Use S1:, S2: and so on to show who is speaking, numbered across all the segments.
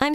S1: I'm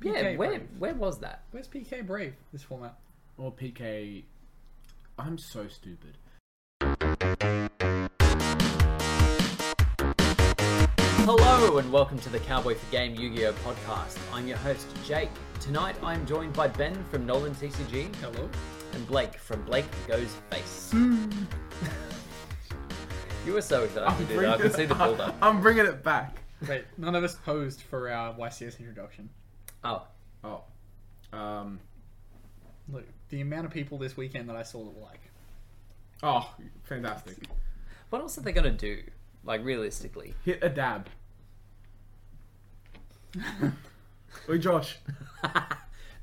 S2: PK
S3: Yeah, where
S2: Brave.
S3: where was that?
S2: Where's PK Brave this format?
S4: Or PK. I'm so stupid.
S3: Hello and welcome to the Cowboy for Game Yu-Gi-Oh podcast. I'm your host Jake. Tonight I'm joined by Ben from Nolan TCG
S2: Hello.
S3: and Blake from Blake Goes Face. you were so excited to do that. I could see the build up.
S4: I'm bringing it back.
S2: Wait, none of us posed for our YCS introduction.
S3: Oh,
S4: Oh. Um.
S2: Look, the amount of people this weekend that I saw that were like,
S4: Oh, fantastic.
S3: what else are they gonna do? Like realistically,
S4: Hit a dab. Oi, Josh.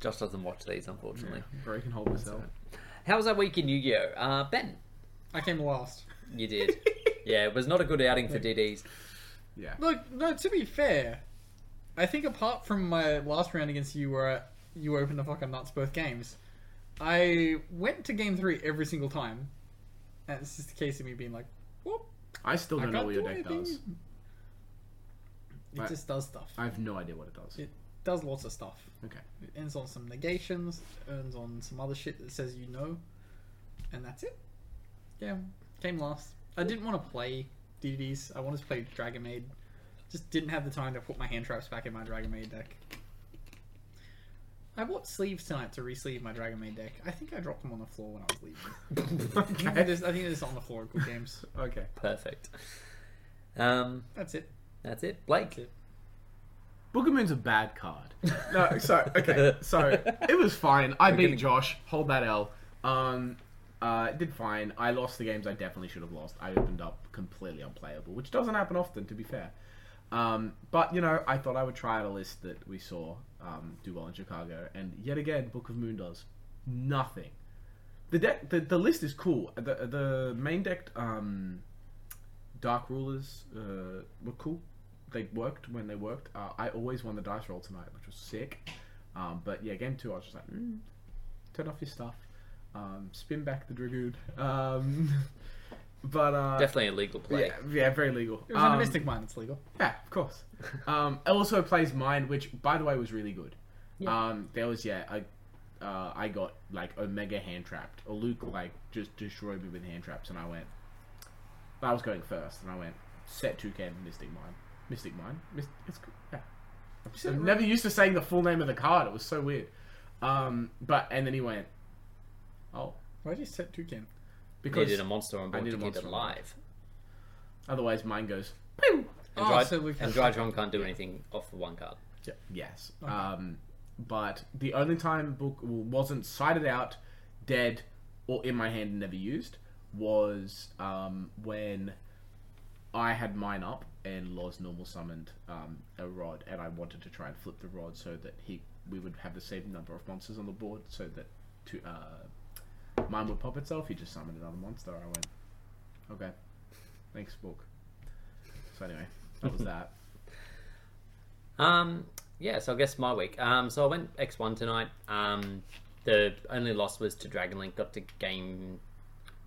S3: Josh doesn't watch these unfortunately.
S4: Bro, you can hold myself.
S3: How was that week in Yu-Gi-Oh? Uh, ben,
S2: I came last.
S3: you did. yeah, it was not a good outing for DDs.
S4: Yeah.
S2: Look, no, to be fair, I think apart from my last round against you where you opened the fucking nuts both games, I went to game three every single time. And it's just a case of me being like, whoop,
S4: I still
S2: I
S4: don't know
S2: can't
S4: what
S2: do
S4: your deck
S2: anything.
S4: does.
S2: It
S4: Right.
S2: just does stuff.
S4: I have no idea what it does.
S2: It does lots of stuff.
S4: Okay.
S2: It ends on some negations, ends on some other shit that says you know, and that's it. Yeah, came last. I didn't want to play DDs. I wanted to play Dragon Maid. Just didn't have the time to put my hand traps back in my Dragon Maid deck. I bought sleeves tonight to re-sleeve my Dragon Maid deck. I think I dropped them on the floor when I was leaving. I,
S4: okay.
S2: just, I think they're just on the floor at good games.
S4: okay.
S3: Perfect. Um,
S2: That's it.
S3: that's it. Blake,
S2: it.
S4: Book of Moon's a bad card. No, so okay, so it was fine. I beat Josh. Hold that L. Um, uh, did fine. I lost the games I definitely should have lost. I opened up completely unplayable, which doesn't happen often, to be fair. Um, but you know, I thought I would try out a list that we saw um, do well in Chicago, and yet again, Book of Moon does nothing. The deck, the, the list is cool. Uh, The the main deck, um, Dark Rulers uh, were cool. They worked when they worked. Uh, I always won the dice roll tonight, which was sick. Um, but yeah, game two, I was just like, mm, turn off your stuff, um, spin back the dragoon. Um, but uh,
S3: definitely a legal play.
S4: yeah, yeah, very legal.
S2: It was on
S4: Um,
S2: a Mystic Mine. It's legal.
S4: yeah, of course. Um, it also plays Mind, which by the way was really good. Um, there was yeah, I, uh, I got like Omega hand trapped, or Luke like just destroyed me with hand traps, and I went. I was going first, and I went set two can Mystic Mind, Mystic Mind. Myst- it's cool. yeah. I never used to saying the full name of the card. It was so weird. Um, but and then he went, oh,
S2: Why'd you set Toucan?
S4: because
S3: Needed a monster on board
S4: need
S3: to
S4: a
S3: keep it
S4: monster on board.
S3: alive.
S4: otherwise mine goes.
S3: And
S2: Oh,
S3: Dry,
S2: so we've-
S3: and Dry John can't do anything off the one card.
S4: Yes. Um, but the only time book wasn't cited out, dead, or in my hand and never used was um, when I had mine up and Laws normal summoned um, a rod, and I wanted to try and flip the rod so that he we would have the same number of monsters on the board, so that to uh, mine would pop itself. He just summoned another monster. I went, okay, thanks, book. So anyway, that was that.
S3: Um, yeah, so I guess my week. Um, so I went X1 tonight. Um, the only loss was to Dragon Link. Got to game.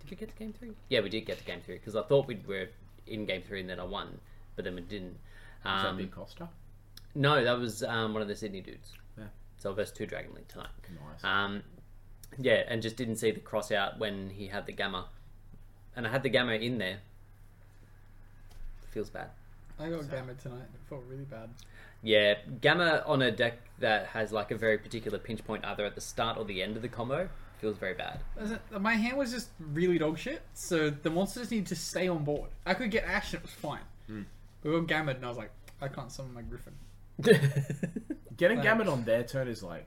S3: Did we get to game three? Yeah, we did get to game three because I thought we were in game three and then I won, but then we didn't.
S4: Was that
S3: Um,
S4: big Costa?
S3: No, that was um, one of the Sydney dudes.
S4: Yeah.
S3: So I verse two Dragon Link tonight.
S4: Nice.
S3: Um, yeah, and just didn't see the cross out when he had the gamma, and I had the gamma in there. Feels bad.
S2: I got gamma tonight. It felt really bad.
S3: Yeah, gamma on a deck that has like a very particular pinch point either at the start or the end of the combo feels very bad.
S2: As in, My hand was just really dog shit, so the monsters need to stay on board. I could get action, it was fine. We got gammed, and I was like, I can't summon my griffin.
S4: Getting gamut on their turn is like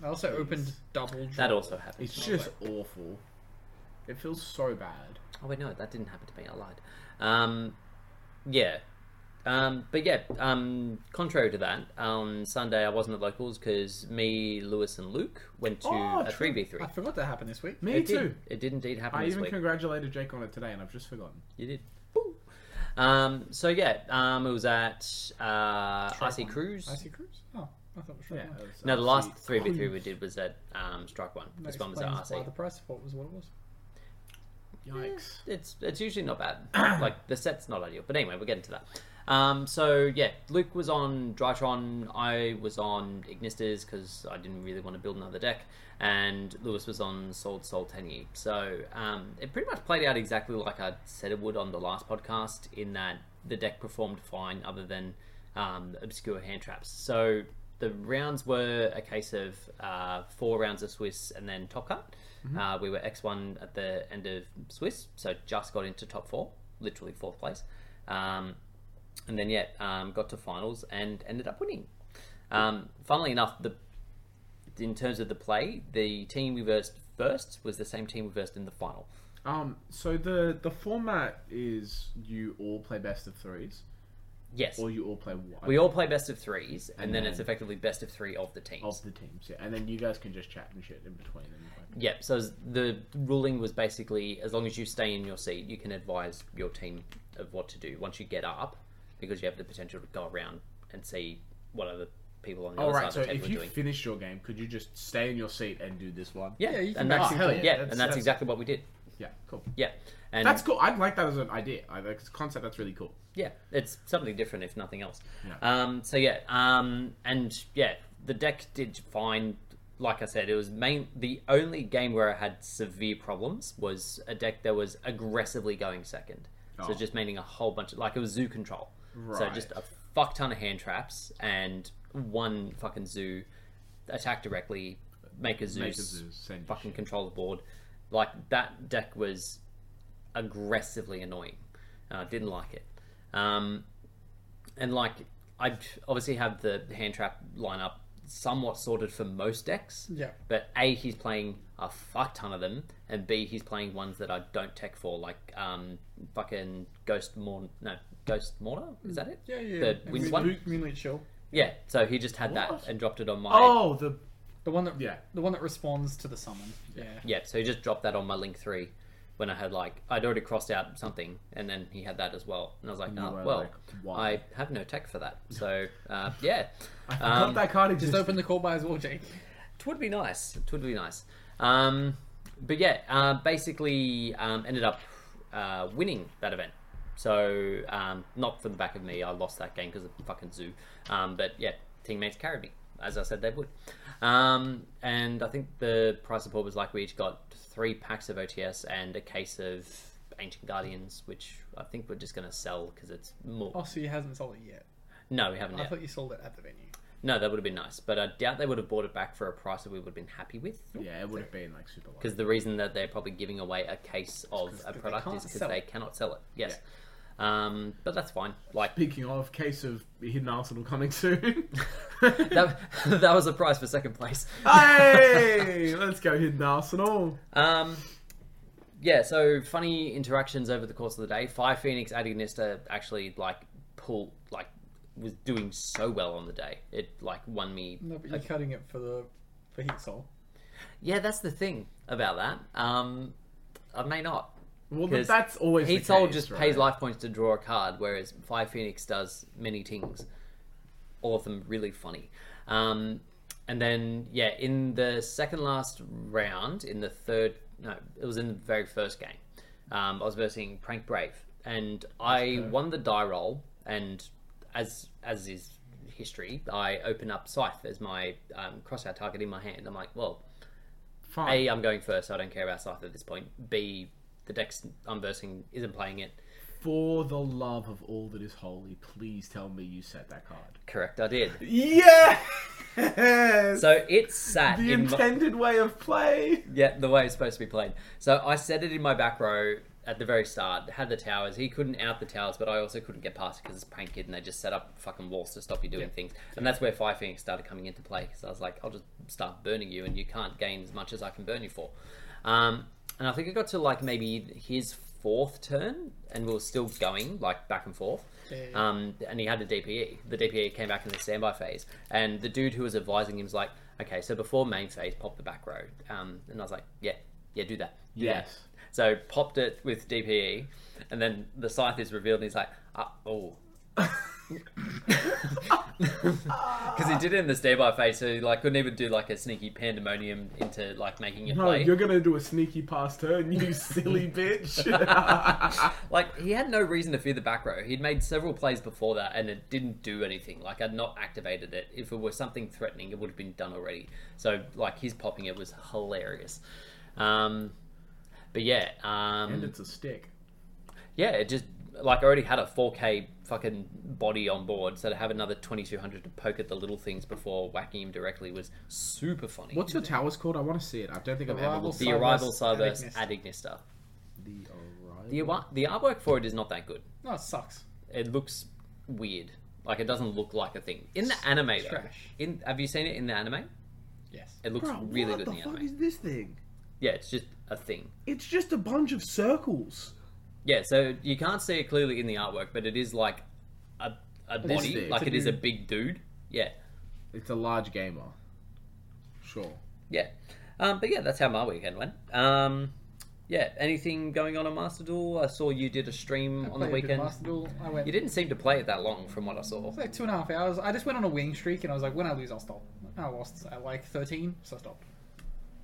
S2: I also opened double draw.
S3: that also happened.
S4: it's just awful. It feels so bad.
S3: Oh wait, no, that didn't happen to me. I lied. Um, yeah, Um, but yeah, um, contrary to that, on Sunday I wasn't at locals because me, Lewis, and Luke went to
S4: Oh,
S3: a
S4: true.
S3: three v three.
S2: I forgot that happened this week.
S4: Me
S3: It
S4: too.
S3: did. It did indeed happen
S4: I
S3: this
S4: even
S3: week.
S4: congratulated Jake on it today, and I've just forgotten.
S3: You did. Boo. Um, so yeah, um, it was at uh, Icy Cruise.
S2: Icy Cruise? Oh, I thought it was
S4: Yeah.
S2: Shrek One.
S4: that was
S3: No, the last
S4: absolutely-
S3: three v three we did was at um, Strike One.
S2: That
S3: This one was at
S2: explains why
S3: RC.
S2: The price support was what it was.
S4: Yikes.
S3: It's it's usually not bad. like the set's not ideal, but anyway, we'll get into that. Um, so yeah, Luke was on Drytron. I was on Ignisters because I didn't really want to build another deck, and Lewis was on Sold Solteni. So um, it pretty much played out exactly like I said it would on the last podcast. In that the deck performed fine, other than um, obscure hand traps. So the rounds were a case of uh, four rounds of Swiss and then top cut.
S4: Mm-hmm.
S3: Uh, we were X1 at the end of Swiss, so just got into top four, literally fourth place. Um, and then, yeah, um, got to finals and ended up winning. Um, funnily enough, the in terms of the play, the team we versed first was the same team we versed in the final.
S4: Um, so the the format is you all play best of threes,
S3: Yes.
S4: or you all play one
S3: we all play best of threes, and,
S4: And
S3: then,
S4: then-
S3: it's effectively best of three of the teams.
S4: of the teams, yeah, and then you guys can just chat and shit in between. And like,
S3: Yep. So as- the ruling was basically as long as you stay in your seat, you can advise your team of what to do once you get up, because you have the potential to go around and see what other people on the
S4: all
S3: other
S4: Oh, right,
S3: side
S4: so
S3: of the
S4: if
S3: table
S4: you
S3: are doing.
S4: finish your game, could you just stay in your seat and do this one?
S3: yeah,
S2: Yeah, you can
S3: and that's,
S4: Oh, hell
S3: yeah,
S4: yeah, that's-
S3: and that's
S4: that's-
S3: exactly what we did.
S4: yeah, cool.
S3: Yeah, and
S4: That's cool. I'd like that as an idea. I like the concept. That's really cool.
S3: yeah, it's something different if nothing else.
S4: Yeah.
S3: Um, so yeah, um, and yeah, the deck did fine. Like I said, it was main. The only game where I had severe problems was a deck that was aggressively going second.
S4: Oh.
S3: So just meaning a whole bunch of like it was zoo control. So just a
S4: Right.
S3: fuck ton of hand traps and one fucking zoo attack directly, make a zoo,
S4: Make a zoo, send your
S3: fucking
S4: shit.
S3: control the board. Like that deck was aggressively annoying. Uh, didn't like it. Um, and like I obviously have the hand trap lineup somewhat sorted for most decks.
S2: Yeah.
S3: But A, he's playing a fuck ton of them, and B, he's playing ones that I don't tech for, like um, fucking Ghost Morn. No, Ghost Mortar is that it?
S2: Yeah, yeah.
S3: The
S2: And
S3: wind
S2: Moon-
S3: one.
S2: Moon- Moonlit Chill.
S3: Yeah. So he just had
S4: What?
S3: that and dropped it on my.
S4: Oh, the
S2: The one that
S4: Yeah.
S2: the one that responds to the summon. Yeah.
S3: Yeah, so he just dropped that on my link three when I had like I'd already crossed out something, and then he had that as well, and I was like,
S4: you
S3: oh
S4: were
S3: well,
S4: like, why?
S3: I have no tech for that, so uh, yeah,
S4: I
S3: um,
S4: forgot that card
S2: Just
S4: existed.
S2: open the call by as well, Jake.
S3: twould be nice, twould be nice. Um, but yeah, uh, basically um, ended up uh, winning that event. So um, not from the back of me, I lost that game because of fucking zoo. Um, but yeah, teammates carried me as I said they would. Um, and I think the price support was like we each got three packs of OTS and a case of Ancient Guardians, which I think we're just going to sell because it's more.
S2: Oh, so you hasn't sold it yet.
S3: no, we haven't
S2: I
S3: yet.
S2: thought you sold it at the venue.
S3: No, that would have been nice, but I doubt they would have bought it back for a price that we would have been happy with.
S4: Yeah, it would have been like super. low.
S3: Because the reason that they're probably giving away a case of a product
S2: can't
S3: is because
S2: sell
S3: they
S2: it.
S3: cannot sell it. Yes. Um, but that's fine. Like
S4: Speaking of, case of hidden arsenal coming soon.
S3: that, that was a prize for second place.
S4: hey, let's go hidden arsenal.
S3: Um, yeah, so funny interactions over the course of the day. Fire Phoenix Adignista actually like pulled like was doing so well on the day. It like won me
S2: No, but you're cutting it for the for Heat Soul.
S3: Yeah, that's the thing about that. Um, I may not.
S4: Well,
S3: 'Cause
S4: that's always the
S3: Heat Soul
S4: case,
S3: just
S4: right?
S3: pays life points to draw a card, whereas Fire Phoenix does many things, all of them really funny. Um, and then yeah, in the second last round, in the third, no, it was in the very first game. Um, I was versing Prank Brave, and I won the die roll, and as as is history, I open up Scythe as my um, crossout target in my hand. I'm like, well.
S4: Fine.
S3: A, I'm going first, so I don't care about Scythe at this point. B, the deck's I'm versing isn't playing it.
S4: For the love of all that is holy, please tell me you set that card.
S3: Correct, I did.
S4: Yes.
S3: So it sat
S4: the
S3: in my,
S4: intended way of play.
S3: yeah the way it's supposed to be played. So I set it in my back row at the very start. Had the towers. He couldn't out the towers, but I also couldn't get past it because it's prank kid, and they just set up fucking walls to stop you doing things. And that's where Fire Phoenix started coming into play because I was like, I'll just start burning you, and you can't gain as much as I can burn you for. Um, and I think it got to like maybe his fourth turn, and we were still going like back and forth. Um, and he had a DPE. The DPE came back in the standby phase, and the dude who was advising him was like, "Okay, so before main phase, pop the back row." Um, and I was like, "Yeah, yeah, do that." do that."
S4: Yes.
S3: So popped it with DPE, and then the scythe is revealed, and he's like, ah, "Oh." Because he did it in the standby phase, so he, like couldn't even do like a sneaky pandemonium into like making it
S4: No,
S3: play.
S4: you're gonna do a sneaky pass turn, you silly bitch.
S3: Like he had no reason to fear the back row. He'd made several plays before that, and it didn't do anything. Like I'd not activated it. If it were something threatening, it would have been done already. So like his popping it was hilarious. Um, but yeah,
S4: and
S3: um,
S4: it's a stick.
S3: yeah, it just like I already had a 4K fucking body on board, so to have another 2200 to poke at the little things before whacking him directly was super funny.
S4: What's your tower's called? I want to see it. I don't think I've ever
S2: Arrival
S4: looked
S3: the
S4: at
S2: Cybers
S3: arrival Cybers
S2: Adignus.
S3: Adignista?
S4: the arrival.
S3: The ar- the artwork for it is not that good.
S2: No, it sucks.
S3: it looks weird. Like it doesn't look like a thing in the anime. Though,
S2: trash.
S3: In have you seen it in the anime?
S2: Yes.
S3: It looks
S5: Bro,
S3: really
S5: what
S3: good
S5: the
S3: in the
S5: fuck
S3: anime.
S5: is this thing?
S3: Yeah, it's just a thing.
S5: It's just a bunch of circles.
S3: Yeah, so you can't see it clearly in the artwork, but it is like a a body,
S4: big.
S3: like
S4: It's
S3: it
S4: a
S3: is a
S4: dude.
S3: big dude. Yeah,
S4: It's a large gamer. Sure.
S3: yeah. Um, but yeah, that's how my weekend went. Um, yeah, anything going on on Master Duel? I saw you did a stream on the
S2: Played a bit of
S3: weekend.
S2: Master Duel. I went.
S3: You didn't seem to play it that long, from what I saw.
S2: It was like two and a half hours. I just went on a winning streak, and I was like, when I lose, I'll stop. I lost at like 13, so I stopped.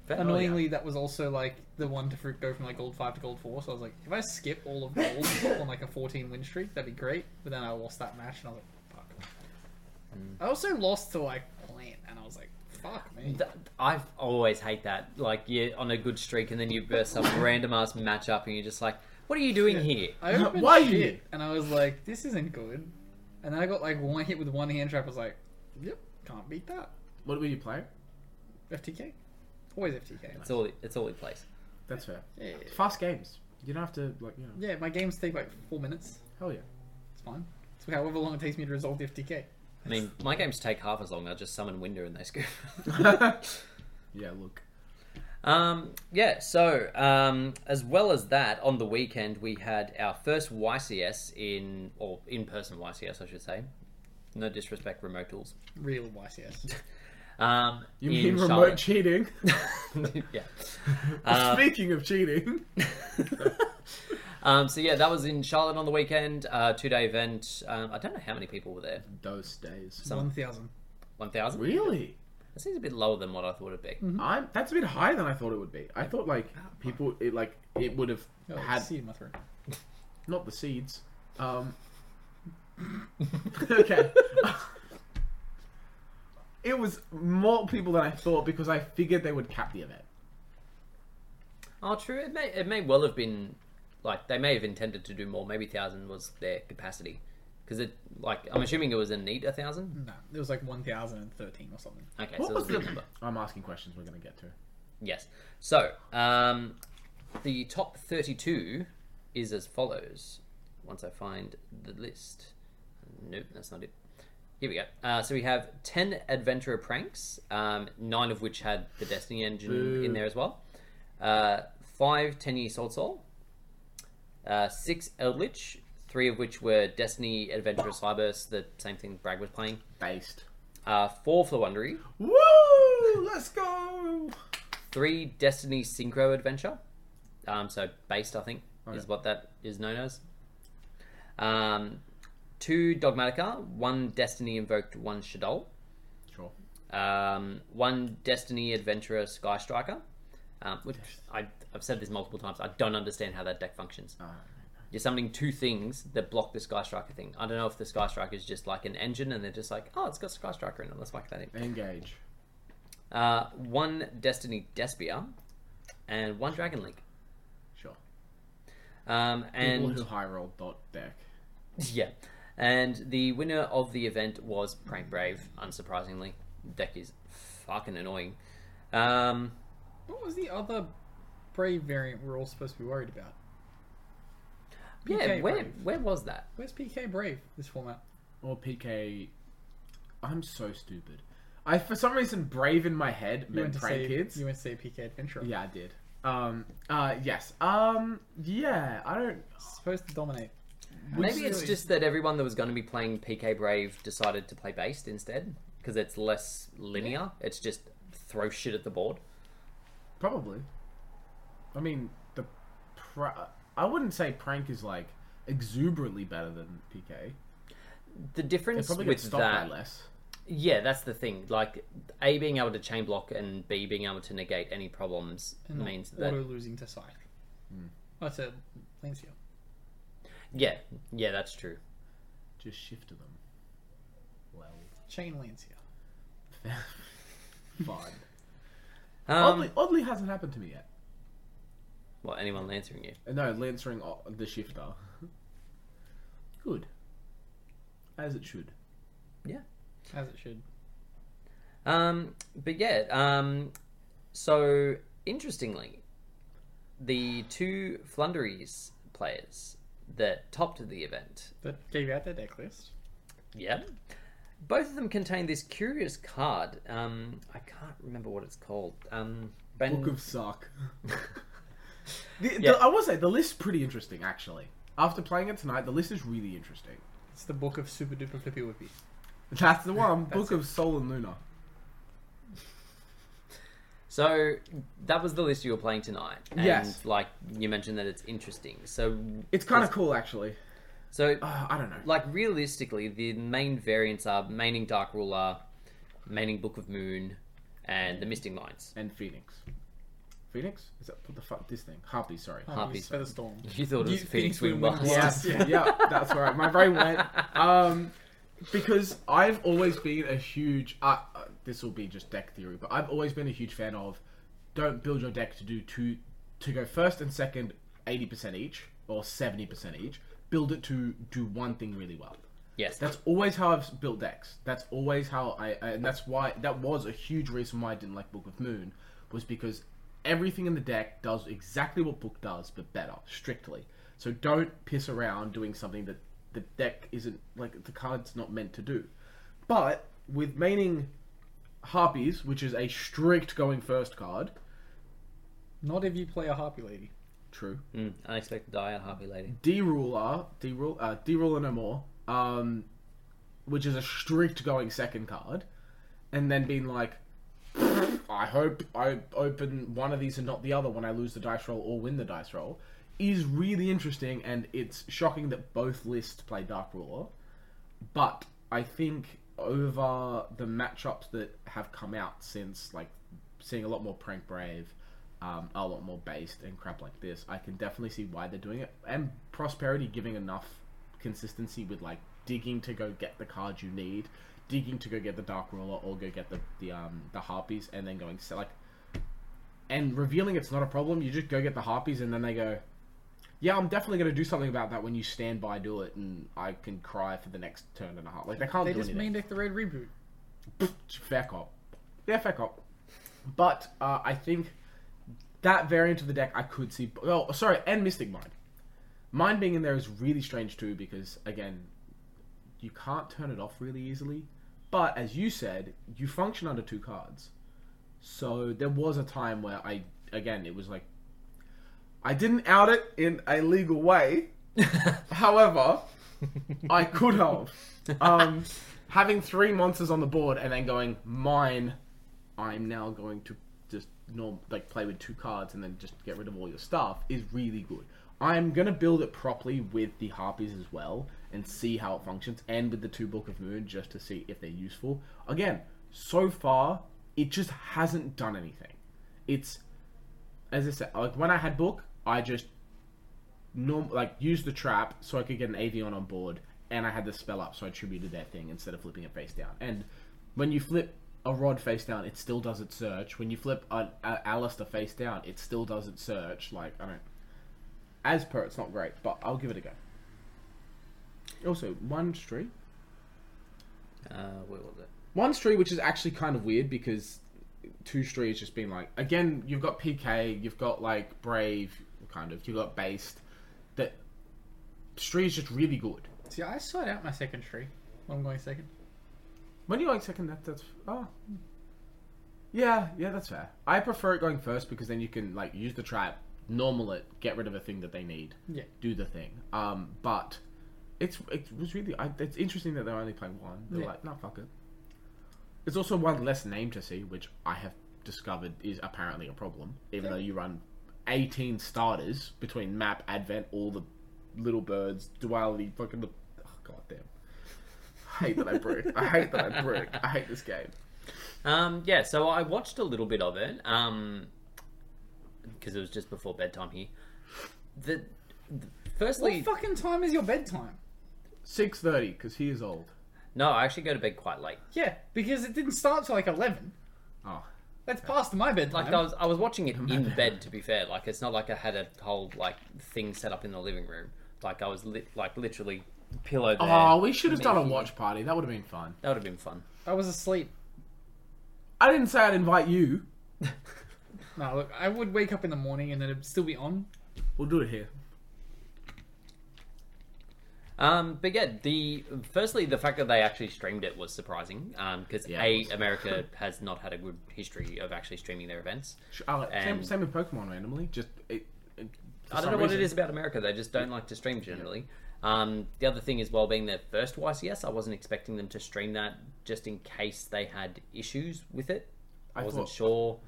S3: Fair-
S2: Annoyingly, that was also like the one to fr- go from like gold five to gold four. So I was like, if I skip all of gold on like a 14 win streak, that'd be great. But then I lost that match, and I was like, fuck. I also lost to like plant, and I was like, fuck me.
S3: Hmm. Th- I've always hate that. Like you're on a good streak and then you burst some random ass matchup and you're just like, what are you doing here?
S2: I opened
S4: Why
S2: shit,
S4: you here?
S2: and I was like, this isn't good. And then I got like one hit with one hand trap. I was like, yep, can't beat that.
S4: What were you playing?
S2: FTK, always FTK.
S3: It's all it's all he plays.
S4: That's fair.
S2: Yeah,
S4: It's fast games. You don't have to like you know.
S2: yeah, my games take like four minutes.
S4: Hell yeah.
S2: It's fine. It's however long it takes me to resolve the FTK.
S3: I mean, my games take half as long. I just summon Winder and they scoop.
S4: Yeah. Look.
S3: um, yeah. So um, as well as that, on the weekend we had our first YCS in or in person YCS, I should say. No disrespect, remote tools.
S2: Real YCS.
S3: Um,
S4: You
S3: in
S4: mean remote
S3: Charlotte.
S4: cheating? Uh,
S3: yeah.
S4: Speaking of cheating,
S3: Um, so yeah, that was in Charlotte on the weekend. Uh, two day event. Um, I don't know how many people were there.
S4: those days.
S2: One thousand.
S3: One thousand.
S4: Really?
S3: That seems a bit lower than what I thought it'd be.
S4: I'm. That's a bit higher than I thought it would be. I thought like people it like it would have
S2: Oh,
S4: had
S2: see my throat.
S4: not the seeds. Um. okay. it was more people than I thought because I figured they would cap the event.
S3: Oh, true. It may it may well have been like they may have intended to do more. Maybe thousand was their capacity because it like I'm assuming it was in need a thousand.
S2: No, it was like one thousand and thirteen or something.
S3: Okay,
S4: Mm. What
S3: so it
S4: was
S3: was a
S4: the?
S3: good number.
S4: I'm asking questions. We're gonna get to.
S3: Yes. So um, the top thirty-two is as follows. Once I find the list. Nope, that's not it. Here we go. Uh, so we have 10 adventurer pranks, um, nine of which had the Destiny engine in there as well. Uh, five 10 year Soul Soul, uh, six Eldritch, three of which were Destiny Adventurer Cyburst, the same thing Bragg was playing.
S4: Based.
S3: Uh, four Flawundery,
S4: Woo! Let's go.
S3: three Destiny Synchro Adventure. Um, so based, I think, is what that is known as. Um, two Dogmatica, one Destiny Invoked, one Shadol,
S4: Sure.
S3: um, one Destiny Adventurer Sky Striker. Um, which I, I've said this multiple times. I don't understand how that deck functions. You're summoning two things that block the Sky Striker thing. I don't know if the Sky Striker is just like an engine, and they're just like, oh, it's got Sky Striker in it. Let's whack that in.
S4: Engage.
S3: Uh, one Destiny Despia, and one Dragon Link.
S4: Sure.
S3: Um,
S4: People
S3: and
S4: who high roll dot deck.
S3: yeah, and the winner of the event was Prank Brave. Unsurprisingly, deck is fucking annoying. Um,
S2: What was the other brave variant we're all supposed to be worried about?
S3: yeah,
S2: PK
S3: where
S2: Brave.
S3: where was that?
S2: Where's PK Brave this format?
S4: Or PK. I'm so stupid. I for some reason brave in my head
S2: You
S4: meant
S2: to
S4: prank
S2: say
S4: kids.
S2: you went to say PK Adventurer.
S4: Yeah, I did. Um. Uh. Yes. Um. Yeah. I don't.
S2: supposed to dominate.
S3: Maybe it's
S4: really-
S3: just that everyone that was going to be playing PK Brave decided to play based instead because it's less linear. It's just throw shit at the board.
S4: Probably. I mean, the. Pr- I wouldn't say prank is like exuberantly better than PK.
S3: The
S4: They
S3: difference
S4: probably get
S3: with
S4: stopped by
S3: that,
S4: less.
S3: yeah, that's the thing. Like A being able to chain block and B being able to negate any problems means that
S2: Auto losing to scythe.
S4: Hmm.
S2: That's a Lancia.
S3: yeah, yeah, that's true.
S4: Just shift to them. Well.
S2: Chain Lancia.
S4: Fine.
S3: Um,
S4: oddly, oddly hasn't happened to me yet.
S3: well, anyone answering you?
S4: Uh, No, lancering o- the shifter. Good. As it should.
S3: Yeah.
S2: As it should.
S3: Um, but yeah, um, so interestingly, the two Flunderies players that topped the event,
S2: That gave out their deck list.
S3: yeah, both of them contain this curious card. Um, I can't remember what it's called. Um, Ben-
S4: Book of Suck. the, the-
S3: Yeah.
S4: I will say, the list's pretty interesting, actually. After playing it tonight, the list is really interesting.
S2: It's the book of super duper flippy whippy.
S4: That's the one. Book of Soul and Luna.
S3: so that was the list you were playing tonight. And
S4: Yes.
S3: like you mentioned that it's interesting. So
S4: It's kind of cool, actually.
S3: so
S4: Uh, I don't know.
S3: like realistically, the main variants are Maining Dark Ruler, Maining Book of Moon, and the Misting Lines.
S4: and Phoenix. Phoenix? Is that what the fuck? This thing. Harpy, sorry.
S3: Harpy.
S2: Use Featherstorm.
S3: You thought it was
S2: You-
S3: Phoenix
S2: Phoenix
S3: Wing
S2: Wing
S3: Blast.
S2: Wing
S4: Yes, yeah, yeah, that's right. My brain went. Um, because I've always been a huge. Uh, uh, this will be just deck theory, but I've always been a huge fan of don't build your deck to do two to go first and second eighty percent each or seventy percent each. Build it to do one thing really well.
S3: Yes.
S4: That's always how I've built decks. That's always how I, and that's why that was a huge reason why I didn't like Book of Moon, was because everything in the deck does exactly what Book does, but better, strictly. So don't piss around doing something that the deck isn't like the card's not meant to do. But with maining Harpies, which is a strict going first card,
S2: Not if you play a Harpy Lady.
S4: true.
S3: Mm, unexpected die at Harpy Lady.
S4: D ruler, D rule, uh, D ruler no more. Um, which is a strict going second card, and then being like, I hope I open one of these and not the other when I lose the dice roll or win the dice roll, is really interesting, and it's shocking that both lists play Dark Ruler, but I think over the matchups that have come out since, like seeing a lot more Prank Brave, um, a lot more based and crap like this, I can definitely see why they're doing it. And Prosperity giving enough consistency with like digging to go get the cards you need, digging to go get the Dark Ruler or go get the the um the Harpies, and then going so like and revealing it's not a problem. You just go get the Harpies, and then they go. Yeah, I'm definitely going to do something about that when you stand by, do it, and I can cry for the next turn and a half. Like, they can't
S2: They
S4: do
S2: just
S4: anything
S2: main deck the red reboot.
S4: fair cop. Yeah, fair cop. But uh, I think that variant of the deck I could see. Oh, sorry, and Mystic Mind. Mind being in there is really strange too because, again, you can't turn it off really easily. But as you said, you function under two cards. So there was a time where I, again, it was like. I didn't out it in a legal way. However, I could have. Um, having three monsters on the board and then going mine, I'm now going to just norm like play with two cards and then just get rid of all your stuff is really good. I'm gonna build it properly with the harpies as well and see how it functions, and with the two book of moon just to see if they're useful. Again, so far it just hasn't done anything. It's as I said, like when I had book, I just norm like used the trap so I could get an avion on board, and I had the spell up, so I tributed that thing instead of flipping it face down. And when you flip a rod face down, it still does its search. When you flip an a Alistair face down, it still does its search. Like I don't. As per, it's not great, but I'll give it a go. Also, one street.
S3: Uh, what was it?
S4: One street, which is actually kind of weird because two street has just been like again, you've got PK, you've got like Brave, kind of, you've got based. That street is just really good.
S2: See, I sought out my second tree. I'm going second.
S4: When do you like second? That that's ah. oh. Yeah, yeah, that's fair. I prefer it going first because then you can like use the trap, normal it, get rid of a thing that they need.
S2: Yeah.
S4: Do the thing. Um, but it's it was really I, it's interesting that they're only playing one. They're
S2: Yeah.
S4: like, no, fuck it. It's also one less name to see, which I have discovered is apparently a problem. Even though you run eighteen starters between map, advent, all the little birds, duality, fucking the oh, god damn. I hate that I broke. I hate that I broke. I hate this game.
S3: Um, yeah, so I watched a little bit of it because it was just before bedtime here. The, the- firstly,
S2: What fucking time is your bedtime?
S4: Six thirty, because he is old.
S3: no, I actually go to bed quite late.
S2: Yeah, because it didn't start till like eleven.
S4: Oh,
S2: That's past my bedtime.
S3: Like I was, I was watching it in bed. To be fair, like it's not like I had a whole like thing set up in the living room. Like I was lit like literally pillow there.
S4: Oh, we should have done a watch party. That would have been fun.
S3: that would have been fun.
S2: I was asleep.
S4: I didn't say I'd invite you.
S2: No, look, I would wake up in the morning and then it'd still be on.
S4: We'll do it here.
S3: Um, but yeah, the firstly the fact that they actually streamed it was surprising because
S4: Yeah, it
S3: a
S4: was.
S3: America has not had a good history of actually streaming their events.
S4: uh, same,
S3: And-
S4: same with Pokemon randomly. Just it, it, for
S3: I
S4: some
S3: don't know what it
S4: reason-
S3: is about America. They just don't like to stream generally. Um, the other thing is, well, being their first YCS, I wasn't expecting them to stream that just in case they had issues with it. I,
S4: I
S3: wasn't
S4: thought-
S3: sure.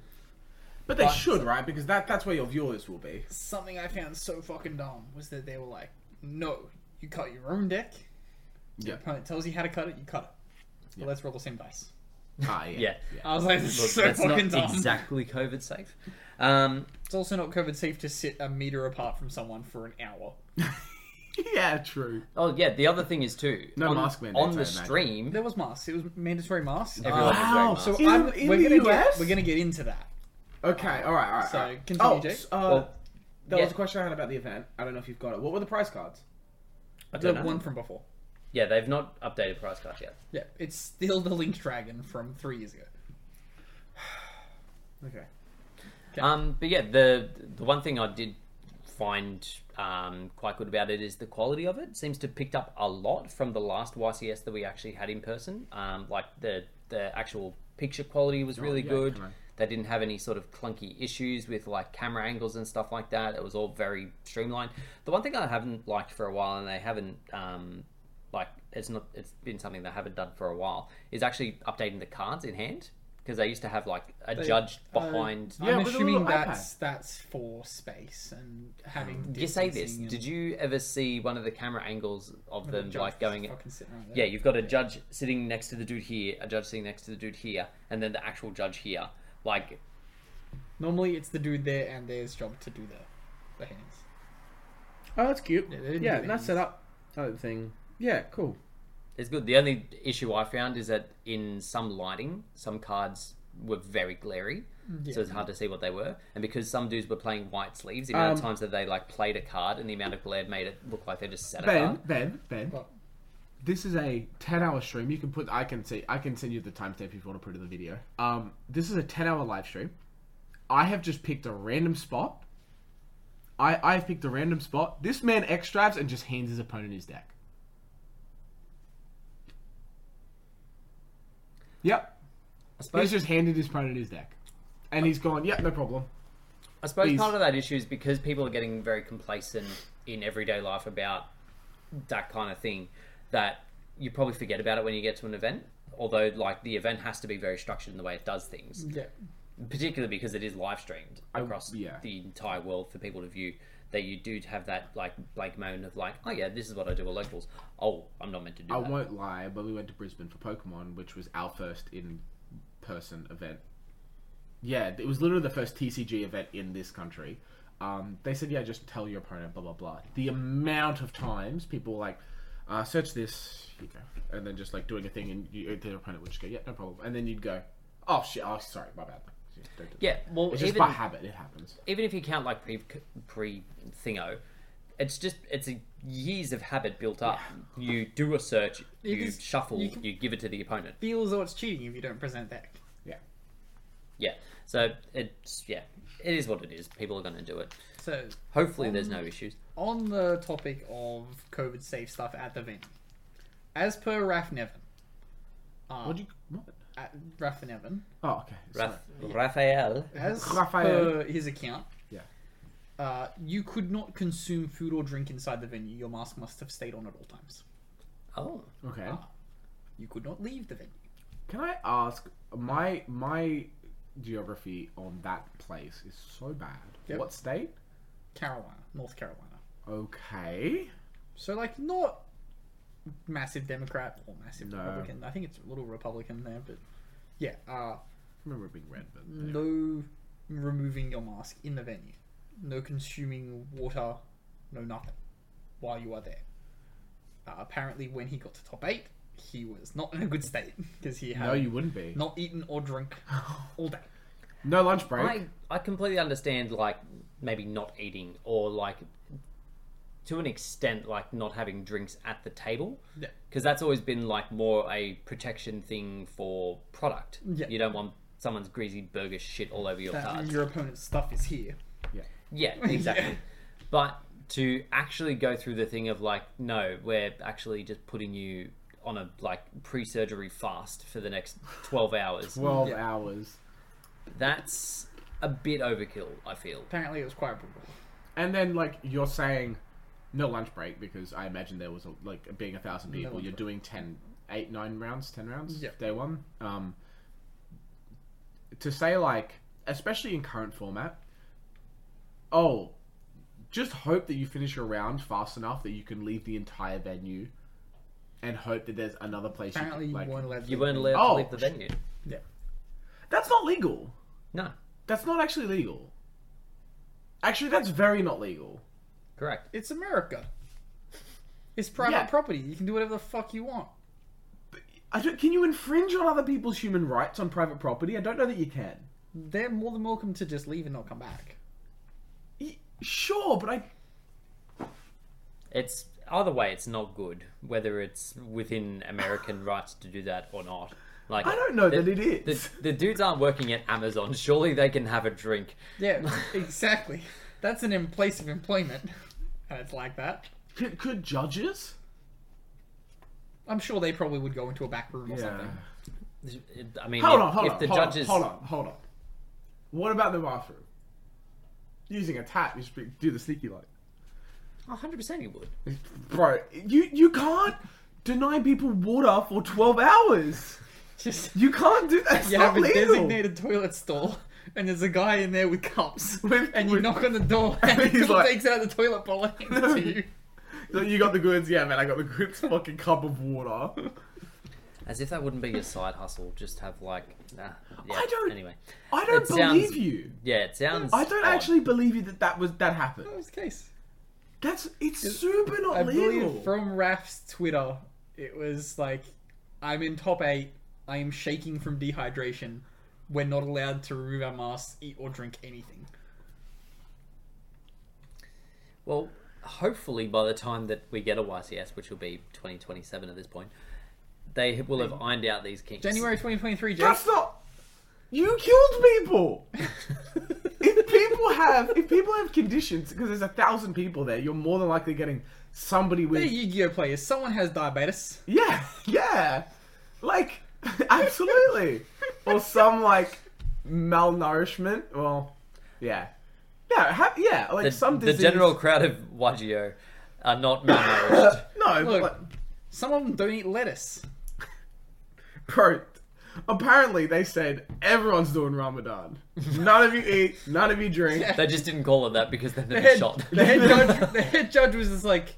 S4: But they should, right? Because that that's where your viewers will be.
S2: Something I found so fucking dumb was that they were like, "No, you cut your own deck.
S4: Yeah.
S2: Your opponent tells you how to cut it, you cut it. Well, let's roll the same dice."
S4: Ah, yeah.
S3: Yeah.
S2: I was like, "This
S3: Look,
S2: is so
S3: that's not
S2: fucking dumb."
S3: exactly COVID safe. Um,
S2: It's also not COVID safe to sit a meter apart from someone for an hour.
S4: Yeah, true.
S3: oh, yeah. The other thing is, too.
S4: No
S3: on,
S4: mask mandates,
S3: On
S4: I
S3: the
S4: imagine.
S3: stream,
S2: There was masks. It was mandatory masks. Uh,
S3: Everyone was wearing masks.
S4: So
S2: so
S4: in,
S2: I'm,
S4: in
S2: we're
S4: the
S2: gonna
S4: US.
S2: Get, we're gonna get into that.
S4: Okay. All right. All right.
S2: So,
S4: all right.
S2: continue,
S4: oh,
S2: Jake.
S4: s- Uh,
S3: Well,
S4: there
S3: yeah.
S4: was a question I had about the event. I don't know if you've got it. What were the price cards?
S3: I
S2: The
S3: don't know.
S2: one from before.
S3: yeah, they've not updated price cards yet.
S2: Yeah, it's still the Link Dragon from three years ago.
S4: Okay.
S3: Um, but yeah, the the one thing I did find um, quite good about it is the quality of it seems to have picked up a lot from the last YCS that we actually had in person. Um, like the the actual picture quality was really
S4: Oh, yeah,
S3: good.
S4: come on.
S3: They didn't have any sort of clunky issues with like camera angles and stuff like that. It was all very streamlined. The one thing I haven't liked for a while, and they haven't um, like it's not it's been something they haven't done for a while, is actually updating the cards in hand because they used to have like a judge Uh, behind.
S4: Yeah,
S2: I'm
S4: with a
S2: assuming
S4: little
S2: that's that's for space and having.
S3: Um, You say this.
S2: distancing and-
S3: Did you ever see one of the camera angles of them
S2: Judge
S3: like going?
S2: fucking sitting right there.
S3: Yeah, you've got a judge sitting next to the dude here, a judge sitting next to the dude here, and then the actual judge here. Like,
S2: Normally, it's the dude there and there's job to do the, the hands.
S4: Oh, that's cute.
S2: they
S4: Yeah,
S2: didn't do
S4: nice
S2: these.
S4: setup. Type of thing. Yeah, cool.
S3: it's good. The only issue I found is that in some lighting, some cards were very glary, so it's hard to see what they were. And because some dudes were playing white sleeves, the amount of
S4: Um,
S3: times that they like played a card and the amount of glare made it look like they just set a
S4: Ben,
S3: card.
S4: Ben, Ben.
S2: Uh-huh. What?
S4: This is a ten-hour stream. You can put. I can see. I can send you the timestamp if you want to put it in the video. Um, this is a ten-hour live stream. I have just picked a random spot. I I have picked a random spot. This man X drives and just hands his opponent his deck. Yep,
S3: I
S4: he's
S3: suppose
S4: just handed his opponent his deck, and he's gone. Yep, no problem.
S3: I suppose
S4: Please.
S3: part of that issue is because people are getting very complacent in everyday life about that kind of thing that you probably forget about it when you get to an event. Although, like, the event has to be very structured in the way it does things,
S2: Yeah.
S3: particularly because it is live streamed across
S4: Mm. yeah.
S3: the entire world for people to view. That you do have that, like, blank moment of, like, oh, yeah, this is what I do at locals. Oh, I'm not meant to do
S4: I
S3: that.
S4: won't lie, but we went to Brisbane for Pokemon, which was our first in person event. Yeah, it was literally the first TCG event in this country. Um, they said, yeah, just tell your opponent, blah, blah, blah. The amount of times people were like, uh, search this, here you go, and then just like doing a thing, and you, their opponent would just go, yeah, no problem. And then you'd go, oh, shit, oh, sorry, my bad. Don't do that.
S3: Yeah, well,
S4: It's just
S3: even,
S4: by habit, it happens.
S3: even if you count like pre pre thingo, it's just it's a years of habit built up. You do a search, you,
S2: can s-
S3: shuffle, you,
S2: you can-
S3: give it to the opponent.
S2: Feel as though it's cheating if you don't present deck.
S4: Yeah.
S3: Yeah, so it's yeah, it is what it is. People are going to do it.
S2: So,
S3: Hopefully, there's no issues.
S2: on the topic of COVID safe stuff at the venue, as per Raf Nevin,
S4: What'd you, what?
S2: at Raffinevan,
S4: Oh, okay. sorry.
S3: Raf- Raphael.
S2: as
S4: Raphael.
S2: per his account,
S4: Yeah.
S2: uh, you could not consume food or drink inside the venue. Your mask must have stayed on at all times.
S3: Oh,
S4: Okay.
S2: You could not leave the venue.
S4: Can I ask my my geography on that place is so bad.
S2: Yep.
S4: What state?
S2: Carolina, North Carolina.
S4: Okay.
S2: So like not massive Democrat or massive
S4: No.
S2: Republican. I think it's a little Republican there, but yeah, uh,
S4: I remember it being red, but
S2: Mm. no removing your mask in the venue, no consuming water, no nothing while you are there. Uh, apparently, when he got to top eight, he was not in a good state because he had
S4: no, you wouldn't be.
S2: not eaten or drunk all day.
S4: No lunch break.
S3: I I completely understand like maybe not eating or like to an extent like not having drinks at the table.
S2: Yeah.
S3: because that's always been like more a protection thing for product.
S2: Yeah.
S3: You don't want someone's greasy burger shit all over your
S2: That
S3: cards.
S2: Uh, your opponent's stuff is here.
S4: Yeah.
S3: Yeah, exactly. But to actually go through the thing of like, no, we're actually just putting you on a like pre-surgery fast for the next twelve hours.
S4: Twelve hours.
S3: that's a bit overkill. I feel.
S2: Apparently, it was quite brutal.
S4: And then like you're saying no lunch break because I imagine there was a, like being a thousand people,
S2: lunch
S4: you're doing 10, 8, 9 rounds, ten rounds,
S2: Yep.
S4: day one. Um, to say like, especially in current format, oh, just hope that you finish your round fast enough that you can leave the entire venue, and hope that there's another place.
S2: Apparently,
S4: you
S2: you
S4: can, like,
S2: weren't allowed. To
S3: You
S2: leave.
S3: weren't allowed
S4: Oh.
S3: to leave the venue.
S2: Yeah.
S4: that's not legal.
S3: No,
S4: That's not actually legal. Actually, that's very not legal.
S3: correct.
S2: It's America. It's private
S4: Yeah.
S2: property. You can do whatever the fuck you want.
S4: I don't, can you infringe on other people's human rights on private property? I don't know that you can.
S2: They're more than welcome to just leave and not come back.
S4: Y- Sure, but I.
S3: It's either way, it's not good. Whether it's within American rights to do that or not, like
S4: I don't know
S3: the-
S4: that it is.
S3: The, the dudes aren't working at Amazon. Surely they can have a drink.
S2: Yeah, exactly. That's an in place of employment. And it's like that.
S4: Could, could judges?
S2: I'm sure they probably would go into a back room or something.
S3: I mean,
S4: Hold
S3: if,
S4: on, hold
S3: if
S4: on.
S3: the
S4: hold
S3: judges,
S4: On, hold on, hold on. What about the bathroom? Using a tap, you should be- do the sneaky like.
S3: 100 percent you would.
S4: Bro, you you can't deny people water for twelve hours.
S2: Just
S4: You can't do that. It's
S2: you
S4: not
S2: have a
S4: legal.
S2: designated toilet stall, and there's a guy in there with cups,
S4: With-
S2: and you
S4: with-
S2: knock on the door, and
S4: He's
S2: he comes,
S4: like-
S2: takes out the toilet bowl and hands it to you.
S4: So you got the goods, yeah, man. I got the goods. Fucking cup of water.
S3: As if that wouldn't be your side hustle. Just have like, nah. Yeah.
S4: I don't-
S3: Anyway,
S4: I don't
S3: It sounds-
S4: believe you.
S3: yeah, it sounds.
S4: I don't
S3: odd.
S4: actually believe you that that was that happened.
S2: That was the case.
S4: That's it's super not
S2: I
S4: legal.
S2: believe from Raf's Twitter, it was like, I'm in top eight. I am shaking from dehydration. We're not allowed to remove our masks, eat or drink anything.
S3: Well, hopefully by the time that we get a YCS, which will be 2027 at this point, they will have ironed out these kinks.
S2: January 2023, Jake.
S4: That's not. You killed people. if people have if people have conditions, because there's a thousand people there, you're more than likely getting somebody
S2: Hey,
S4: with.
S2: Yu-Gi-Oh players, someone has diabetes.
S4: Yeah, yeah, like absolutely, or some like malnourishment. Well, yeah, yeah, ha- yeah, like
S3: The,
S4: some
S3: the
S4: disease.
S3: general crowd of YGO are not malnourished.
S4: no, but
S2: Look.
S4: like,
S2: Some of them don't eat lettuce.
S4: Bro, apparently they said everyone's doing Ramadan. None of you eat, none of you drink.
S3: they just didn't call it that because they've never
S2: Head-
S3: shot.
S2: the head judge, the head judge was just like,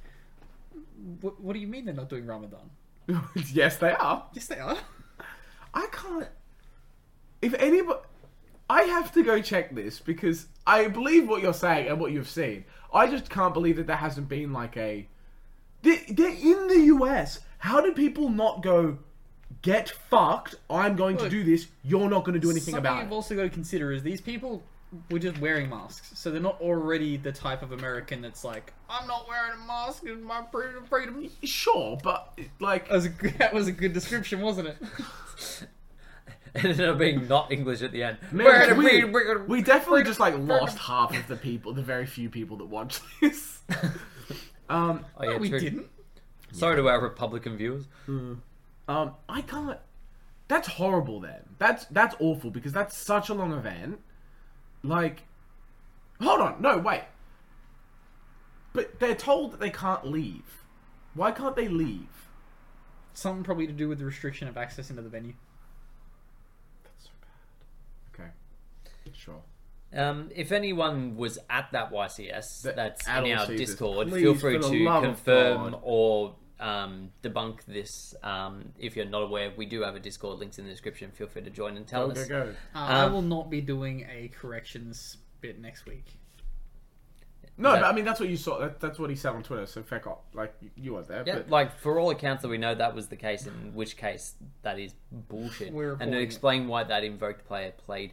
S2: "What- "What do you mean they're not doing Ramadan?
S4: yes, they are.
S2: Yes, they are.
S4: I can't. If anybody. I have to go check this because I believe what you're saying and what you've seen. I just can't believe that there hasn't been like a. They're, they're in the US. How do people not go, get fucked? I'm going to
S2: Look,
S4: do this. You're not going to do anything
S2: Something
S4: about
S2: you've
S4: it.
S2: also got to consider is these people were just wearing masks, so they're not already the type of American that's like, I'm not wearing a mask in my freedom. freedom.
S4: Sure, but like.
S2: That was, a good, that was a good description, wasn't it?
S3: It ended up being not English at the end.
S4: Man, it's weird. We definitely just like lost half of the people, the very few people that watch this. Um,
S3: Oh, yeah,
S2: We
S3: true.
S2: didn't.
S3: Sorry to our Republican viewers.
S4: um, I can't. That's horrible. Then that's that's awful because that's such a long event. Like, hold on, no wait. But they're told that they can't leave. Why can't they leave?
S2: Something probably to do with the restriction of access into the venue.
S4: Okay, sure.
S3: Um, if anyone was at that YCS,
S4: That-
S3: that's
S4: at
S3: in
S4: all
S3: our
S4: seasons.
S3: Discord,
S4: Please,
S3: feel free
S4: for the
S3: to
S4: love of
S3: confirm
S4: God.
S3: or um, debunk this. Um, if you're not aware, we do have a Discord. Links in the description. Feel free to join and tell
S4: Go
S3: us.
S4: go go.
S2: Uh, I
S3: Um,
S2: will not be doing a corrections bit next week.
S4: No,
S3: that-
S4: but I mean that's what you saw. That, that's what he said on Twitter. So feck off. Like you, you were there.
S3: Yeah,
S4: but
S3: like for all accounts that we know, that was the case. In which case, that is bullshit.
S2: We're
S3: and
S2: avoiding
S3: to
S2: it.
S3: explain why that invoked player played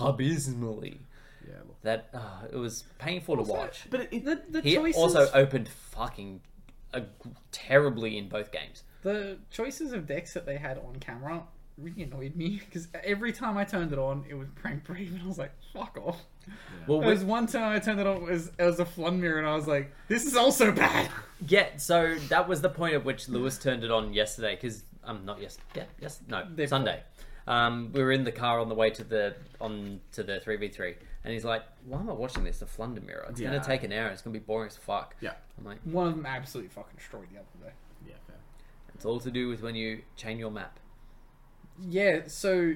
S3: abysmally,
S4: yeah, look.
S3: that uh, it was painful to watch.
S4: But it,
S2: The, the
S3: he
S2: choices,
S3: also opened fucking uh, terribly in both games.
S2: the choices of decks that they had on camera really annoyed me because every time I turned it on, it was prank brave, and I was like, "Fuck off."
S3: Well,
S2: There was one time I turned it on it was it was a flun mirror, and I was like, "This is also bad."
S3: Yeah, so that was the point at which Lewis turned it on yesterday because um, not yes, yeah, yes, no,
S2: They've-
S3: Sunday. Um, we were in the car on the way to the on to the three v three, and he's like, "Why am I watching this? The Flunder Mirror. It's
S4: Yeah.
S3: gonna take an hour. It's gonna be boring as fuck."
S4: Yeah.
S3: I'm like,
S2: One of them absolutely fucking destroyed the other day.
S4: yeah, fair.
S3: it's all to do with when you chain your map.
S2: Yeah, so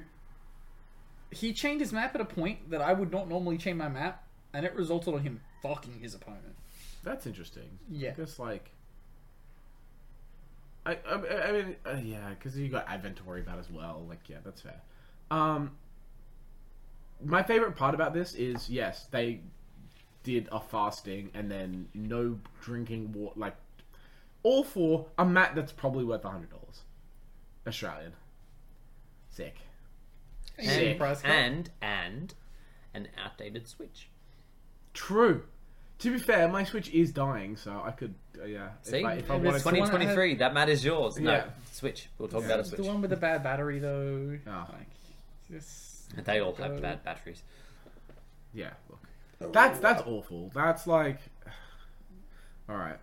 S2: he chained his map at a point that I would not normally chain my map, and it resulted on him fucking his opponent.
S4: That's interesting.
S2: Yeah.
S4: Because like, I I, I mean uh, yeah, because you got Advent to worry about as well. Like yeah, that's fair. Um, my favorite part about this is yes, they did a fasting and then no drinking water. Like all for a mat that's probably worth a hundred dollars, Australian. Sick.
S3: And
S2: Price cut.
S3: and, and an outdated Switch.
S4: True. To be fair, my Switch is dying, so I could uh, yeah.
S3: See,
S4: if I, if I
S2: It's
S4: wanted to.
S2: one-
S3: 2023. That mat is yours. No
S4: Yeah.
S3: Switch. We'll talk
S4: Yeah.
S3: about a
S4: It's
S2: The
S3: Switch.
S2: one with the bad battery, though.
S4: Ah.
S2: Like, just...
S3: They all have bad batteries.
S4: Yeah,
S2: Oh,
S4: look. That's that's awful. That's like all right.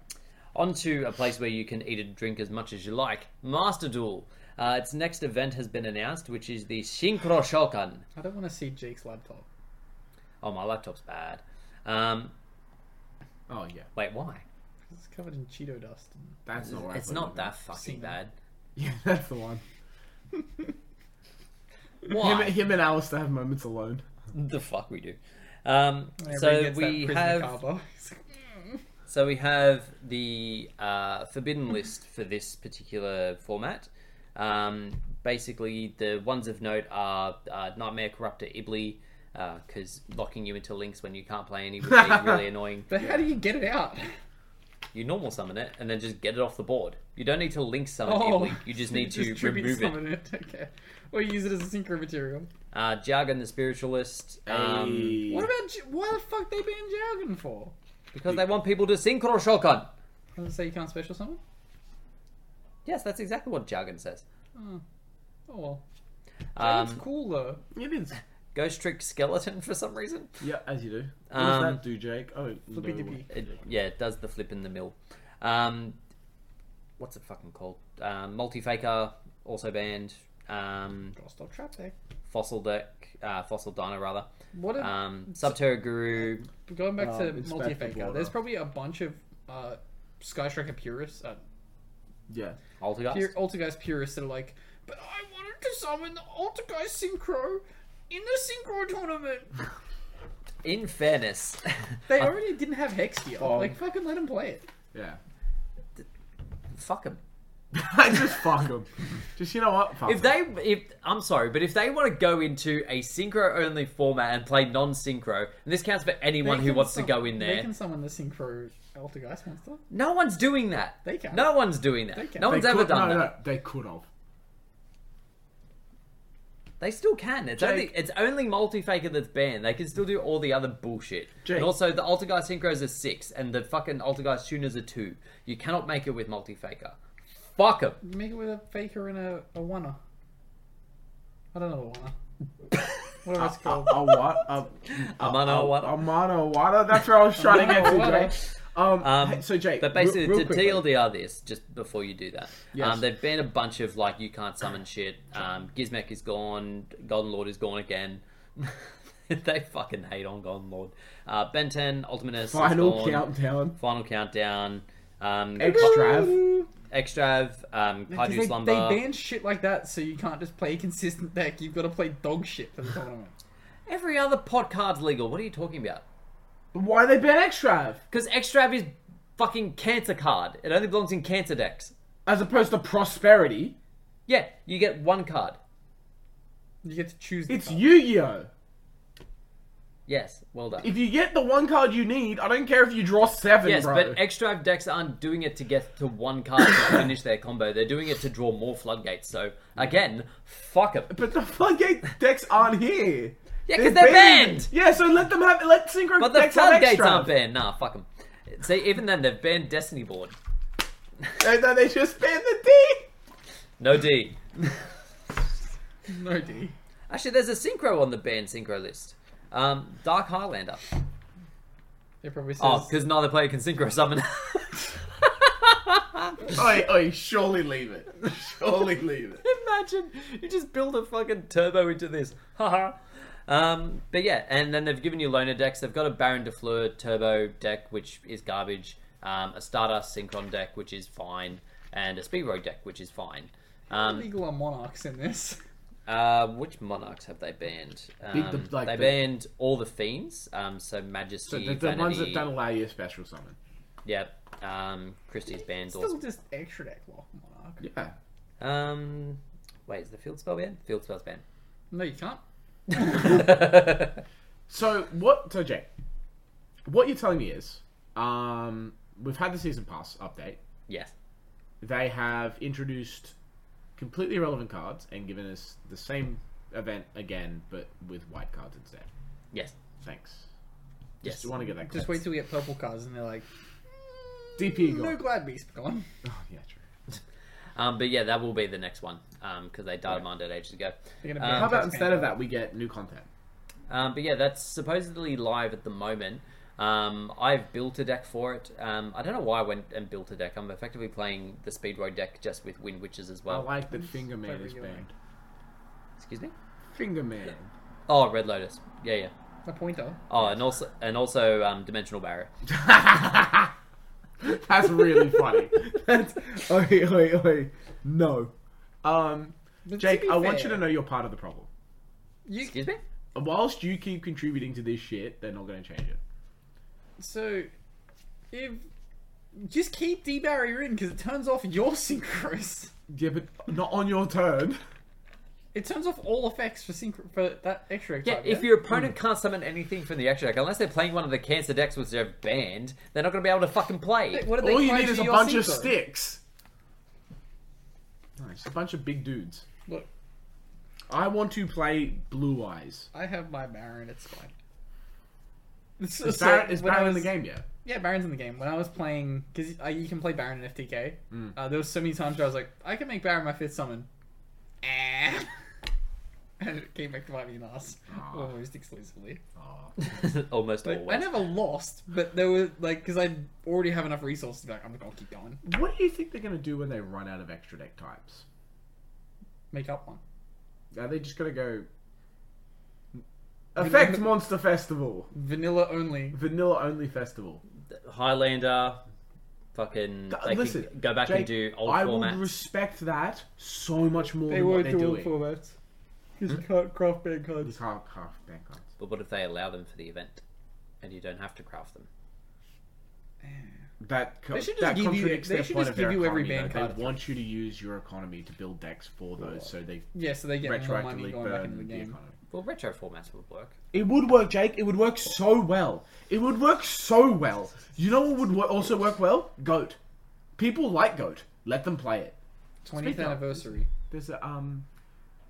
S3: Onto a place where you can eat and drink as much as you like. Master Duel. Uh, its next event has been announced, which is the Shinkro Shokan.
S2: I don't want to see Jake's laptop.
S3: Oh, my laptop's bad. Um,
S4: Oh yeah.
S3: wait, why?
S2: It's covered in Cheeto dust. And...
S4: That's not right.
S3: It's not that fucking
S2: Seen
S3: bad.
S4: Yeah, that's the one. Him,
S3: Why
S4: him and Alistair have moments alone.
S3: the fuck we do? Um,
S2: Everybody
S3: so
S2: gets that
S3: we
S2: prisoner
S3: have
S2: car box.
S3: So we have the uh, forbidden list for this particular format. Um, basically, the ones of note are uh, Nightmare Corruptor Ibli, because locking you into links when you can't play any would be really annoying.
S2: but how do you get it out?
S3: You normal summon it and then just get it off the board. You don't need to link summon
S2: Oh,
S3: Ibli, you just need to
S2: tribute
S3: remove it.
S2: summon Okay. Or use it as a synchro material.
S3: Uh, Jargon the Spiritualist, um,
S4: Hey.
S2: What about... J- Why the fuck they ban Jargon for?
S3: because they want people to synchro shotgun.
S2: Does it say you can't special summon?
S3: Yes, that's exactly what Jargon says.
S2: Oh well. That's
S3: Um,
S2: cool though.
S4: It is.
S3: Ghost Trick Skeleton for some reason.
S4: Yeah, as you do. What
S3: Um,
S4: does that do, Jake? Oh,
S2: Flippy
S4: no.
S2: dippy.
S3: It, yeah, it does the flip in the mill. Um, what's it fucking called? Um, Multi Faker, also banned. Um,
S2: Gotta stop trap deck.
S3: Fossil Deck, uh, Fossil Dino rather.
S2: What a,
S3: Um, Subterra Guru.
S2: going back
S3: um,
S2: to
S4: Inspector
S2: multi faker.
S4: Border.
S2: There's probably a bunch of uh, Sky Striker purists, uh,
S4: Yeah.
S3: Altergeist.
S2: pur- Altergeist purists that are like, but I wanted to summon the Altergeist Synchro in the Synchro tournament.
S3: In fairness,
S2: They
S3: Uh,
S2: already didn't have Hex here.
S3: um,
S2: Like fucking let him play it.
S4: Yeah.
S3: fuck 'em.
S4: I just fuck them. Just you know what? Fuck
S3: If
S4: 'em.
S3: they, if I'm sorry, but if they want to go into a synchro only format and play non-synchro, and this counts for anyone
S2: They
S3: who
S2: can
S3: wants
S2: sum-
S3: to go in
S2: They
S3: there,
S2: can summon the Synchro Altergeist monster.
S3: no one's doing that.
S2: They can.
S3: No one's doing that.
S2: can.
S3: No
S4: They
S3: one's ever
S4: could-
S3: done
S4: no,
S3: that.
S4: No, they could have.
S3: They still can. It's
S4: Jake-
S3: only it's only multi faker that's banned. They can still do all the other bullshit.
S4: Jake-
S3: And also the Altergeist synchros are six, and the fucking Altergeist tuners are two. You cannot make it with multi faker. Fuck them.
S2: Make it with a faker and a, a oneer. I don't know what oneer. what else called?
S4: A what? A,
S3: I'm on a
S4: a
S3: what?
S4: mono water? uh, That's where I was trying to get to,
S2: Mono water.
S4: Jake. Um,
S3: Um,
S4: hey, so Jake,
S3: but basically
S4: real, real
S3: to
S4: quickly.
S3: TLDR this just before you do that,
S4: Yes.
S3: um, they've been a bunch of like you can't summon shit. Um, Gizmek is gone, Golden Lord is gone again. they fucking hate on Golden Lord. Uh, ben 10, Ultimate S, is
S4: final
S3: gone.
S4: countdown.
S3: Final countdown. Um,
S4: Extrav.
S3: Extrav, um,
S2: Because
S3: Kaiju
S2: they, they
S3: Slumber.
S2: ban shit like that, so you can't just play a consistent deck. You've got to play dog shit for the tournament.
S3: Every other pot card's legal. What are you talking about?
S4: Why they ban Extrav
S3: Because Extrav is fucking cancer card. It only belongs in cancer decks.
S4: as opposed to Prosperity?
S3: Yeah, you get one card.
S2: You get to choose. The
S4: It's
S2: card.
S4: Yu-Gi-Oh.
S3: Yes, well done.
S4: If you get the one card you need, I don't care if you draw seven,
S3: Yes,
S4: bro.
S3: but Extrav decks aren't doing it to get to one card to finish their combo. They're doing it to draw more floodgates. So again, fuck them.
S4: But the floodgate decks aren't here.
S3: Yeah, 'cause they're banned.
S4: Yeah, so let them have let synchro
S3: But the
S4: decks have
S3: floodgates
S4: extra.
S3: aren't banned. Nah, fuck them. See, even then they've banned Destiny Board.
S4: They, they- they just ban the D.
S3: No D.
S2: no D.
S3: Actually, there's a synchro on the banned synchro list. Um, Dark Highlander.
S2: They probably says.
S3: Oh, because neither player can synchro summon.
S4: Oi, oi, surely leave it. Surely leave it.
S3: Imagine you just build a fucking turbo into this. Haha. um, but yeah, and then they've given you loner decks. They've got a Baron de Fleur turbo deck, which is garbage. Um, a Stardust Synchron deck, which is fine, and a Speed Rogue deck, which is fine. Um,
S2: Legal on monarchs in this.
S3: uh, which monarchs have they banned? Um,
S4: the- like
S3: they
S4: the-
S3: banned all the fiends. Um, so Majesty,
S4: So the, the
S3: Vanity,
S4: ones that don't allow you a special summon.
S3: Yep. Um, Christie's banned all.
S2: Still just extra deck lock monarch.
S4: Yeah.
S3: Um, wait, is the field spell banned? Field spell's banned.
S2: No, you can't.
S4: So what? So Jake, what you're telling me is, um, we've had the season pass update.
S3: Yes.
S4: They have introduced completely irrelevant cards and given us the same event again, but with white cards instead.
S3: Yes.
S4: Thanks.
S3: Yes.
S4: Just want to get that.
S2: Just
S4: clear.
S2: wait till we get purple cards, and they're like,
S4: DP
S2: no
S4: gone.
S2: glad beast gone.
S4: Oh, Yeah, true.
S3: Um, but yeah, that will be the next one because they data mined it ages ago.
S2: They're gonna
S3: Um,
S2: ban
S4: How about
S2: Tasmania.
S4: instead of that, we get new content?
S3: Um, but yeah, that's supposedly live at the moment. Um, I've built a deck for it. Um, I don't know why I went and built a deck. I'm effectively playing the Speedroad deck just with Wind Witches as
S4: I
S3: well.
S4: like that Finger Man
S2: Wait,
S4: is
S2: we go
S4: banned.
S3: Oh, Excuse me.
S4: Finger Man.
S3: Oh, Red Lotus. Yeah, yeah.
S2: a pointer?
S3: Oh, and also and also um, Dimensional Barrier.
S4: That's really funny. That's oi oi oi. No. Um,
S2: But to
S4: Jake,
S2: be
S4: I want you
S2: fair-
S4: to know you're part of the problem.
S2: You,
S3: Excuse me.
S4: Whilst you keep contributing to this shit, they're not going to change it.
S2: so if just keep D barrier in because it turns off your synchros.
S4: Yeah, but not on your turn.
S2: It turns off all effects for synchro for that extra.
S3: Yeah,
S2: type,
S3: if your opponent can't summon anything from the extra deck, unless they're playing one of the cancer decks which they've banned, they're not going to be able to fucking play.
S2: What did they
S4: All you
S2: try
S4: need
S2: to
S4: is a
S2: your
S4: bunch of
S2: synchro?
S4: sticks. No, just a bunch of big dudes.
S2: Look,
S4: I want to play Blue Eyes.
S2: I have my Baron. It's fine. It's,
S4: Is
S2: so
S4: Barrett, is
S2: when I
S4: Barrett in the
S2: was-
S4: game yet?
S2: Yeah, Baron's in the game. When I was playing, because uh, you can play Baron in FTK,
S4: Mm.
S2: uh, there was so many times where I was like, I can make Baron my fifth summon. Eh. and it came back to bite me in the ass
S4: Ah.
S2: almost exclusively.
S4: Oh,
S3: Almost
S2: Like,
S3: always.
S2: I never lost, but there were like because I already have enough resources to be like, I'm gonna keep going,
S4: What do you think they're going to do when they run out of extra deck types?
S2: make up one.
S4: Are they just gonna go Effect Monster Festival?
S2: Vanilla only.
S4: Vanilla only festival.
S3: Highlander, fucking. They
S4: Listen,
S3: could go back
S4: Jake,
S3: and do old
S4: I
S3: formats.
S4: will respect that so much more
S2: They
S4: than what
S2: won't
S4: they're
S2: do all
S4: doing. Hmm?
S2: formats because you can't craft band
S4: You
S2: cards.
S4: can't craft bank cards.
S3: But what if they allow them for the event, and you don't have to craft them?
S4: That co-
S2: They should just
S4: that
S2: give you-
S4: contradicts
S2: they
S4: their
S2: should
S4: point
S2: just
S4: of their
S2: give you every
S4: economy,
S2: bank
S4: though.
S2: card.
S4: They want you to use your economy to build decks for those, so they
S2: Yeah, so they get more money
S4: retroactively
S2: going back into the
S4: burn the
S2: game.
S4: economy.
S3: Well, retro formats would work.
S4: It would work, Jake. It would work so well. It would work so well. You know what would wo- also work well? Goat. People like Goat. Let them play it.
S2: Twentieth
S4: Speaking of-
S2: anniversary.
S4: There's a um,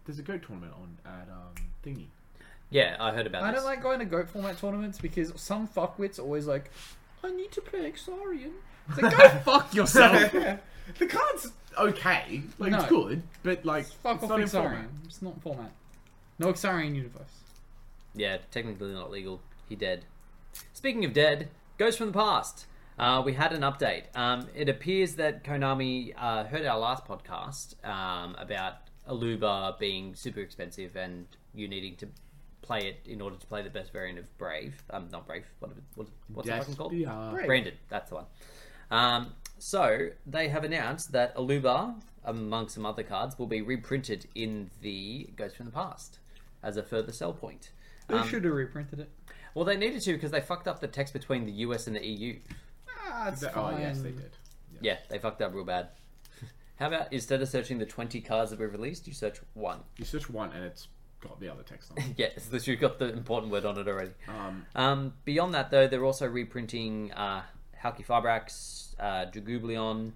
S4: there's a goat tournament on at um thingy.
S3: Yeah, I heard about
S2: I
S3: this.
S2: don't like going to goat format tournaments because some fuckwits are always like, I need to play Exarian. It's like, go
S4: Fuck yourself. the card's okay, like it's
S2: No.
S4: good, but like
S2: fuck
S4: it's
S2: off
S4: not in
S2: Exarian.
S4: format.
S2: It's not format. No Exarian universe.
S3: Yeah, technically not legal. He dead. Speaking of dead, Ghost from the Past. Uh, we had an update. Um, it appears that Konami uh, heard our last podcast um, about Aluba being super expensive and you needing to play it in order to play the best variant of Brave. Um, not Brave. What, what, what's that fucking called?
S4: Despia.
S3: Branded. That's the one. Um, so they have announced that Aluba, among some other cards, will be reprinted in the Ghost from the Past as a further sell point.
S2: Who
S4: Um,
S2: should have reprinted it?
S3: Well, they needed to because they fucked up the text between the US and the EU.
S2: Ah, it's fine.
S4: Oh yes, they did.
S3: Yeah, they fucked up real bad. How about instead of searching the 20 cards that were released, you search one?
S4: You search one and it's got the other text on. it.
S3: Yeah, it's that you've got the important word on it already. Um, beyond that, though, they're also reprinting uh, Halki Fibrax, uh, Dragublion,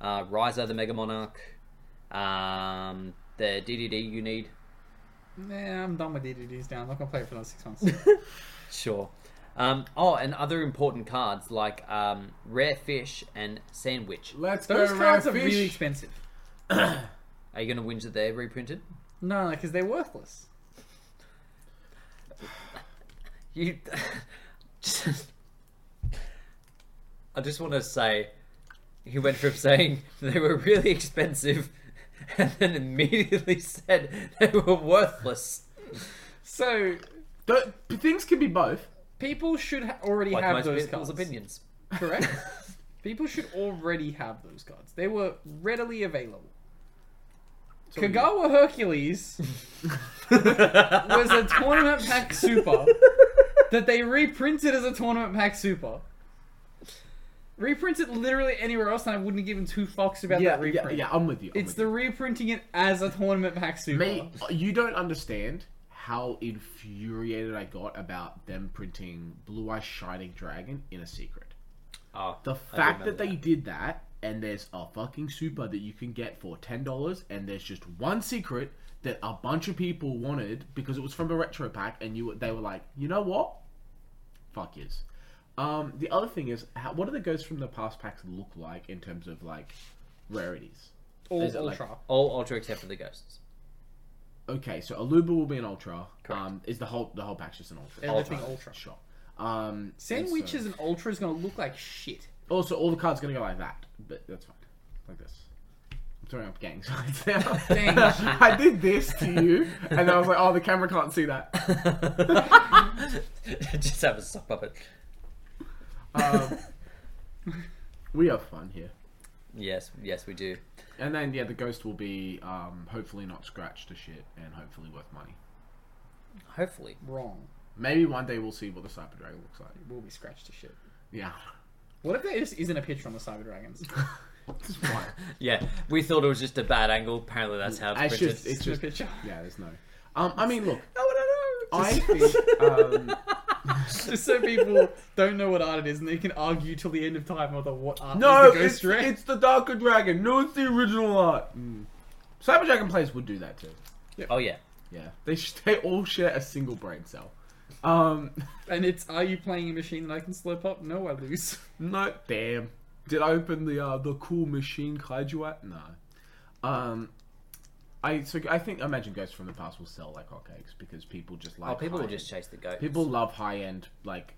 S3: uh, Riser the Mega Monarch, um, the DDD you need.
S2: Nah, I'm done with DDDs now. I'm not gonna play it for another six months.
S3: Sure. Um, oh, and other important cards like um, Rare Fish and Sandwich.
S4: Let's
S2: Those
S4: go
S2: cards are
S4: rare
S2: really
S4: fish.
S2: expensive.
S3: Are you going to whinge that they're reprinted?
S2: No, because they're worthless.
S3: You. just- I just want to say, he went from saying they were really expensive, and then immediately said they were worthless.
S2: So
S4: The- things can be both.
S2: people should ha- already
S3: Like
S2: have
S3: most
S2: those
S3: people's
S2: cards.
S3: opinions.
S2: Correct. people should already have those cards. They were readily available. Kagawa Hercules was a tournament pack super that they reprinted as a tournament pack super. Reprinted literally anywhere else, and I wouldn't have given two fucks about that
S4: yeah,
S2: reprint.
S4: yeah. I'm with you. I'm
S2: It's
S4: with
S2: the
S4: you.
S2: reprinting it as a tournament pack super.
S4: Me, you don't understand how infuriated I got about them printing Blue Eye Shining Dragon in a secret.
S3: Oh,
S4: The fact that they did that, and there's a fucking super that you can get for ten dollars, and there's just one secret that a bunch of people wanted because it was from a retro pack, and you they were like, you know what, fuck yes. Um, the other thing is, how, what do the ghosts from the past packs look like in terms of like rarities?
S2: All
S4: Is it like-
S2: ultra.
S3: all ultra except for the ghosts.
S4: Okay, so Aluba will be an ultra. Um, is the whole the whole pack's just an ultra?
S2: Everything ultra.
S4: Sure. Um,
S2: Sandwich is an ultra is going to look like shit.
S4: also all the cards are gonna go like that, but that's fine, like this. I'm throwing up gang signs now.
S2: Dang.
S4: I did this to you, and I was like, oh, the camera can't see that.
S3: Just have a sock puppet.
S4: We have fun here.
S3: Yes, yes, we do.
S4: And then, yeah, the ghost will be um, hopefully not scratched to shit and hopefully worth money.
S3: Hopefully.
S2: Wrong.
S4: Maybe one day we'll see what the Cyber Dragon looks like.
S2: Will be scratched to shit.
S4: Yeah.
S2: What if there just isn't a picture on the Cyber Dragons?
S4: It's fine.
S3: Yeah, we thought it was just a bad angle. Apparently, that's how it's
S4: Mm, it's
S3: printed.
S4: just, it's
S2: Just
S4: just,
S2: a picture.
S4: yeah, there's no. Um, I mean, look,
S3: I don't
S4: I think, um,
S2: Just so people don't know what art it is and they can argue till the end of time over what art is the
S4: no,
S2: Ghost Hmm.
S4: it's,
S2: Dragon.
S4: it's the Darker Dragon. No, it's the original art. Mm. Cyber Dragon players would do that too.
S3: Oh yeah.
S4: Yeah, they sh- they all share a single brain cell. Um,
S2: And it's, are you playing a machine that I can slurp up? No, I lose.
S4: No. Damn. Did I open the uh, the cool machine kaiju app? No. Um, I so I think I imagine Ghosts from the Past will sell like hotcakes because people just like
S3: Oh, people will
S4: high-end-
S3: just chase the goat.
S4: people love high end like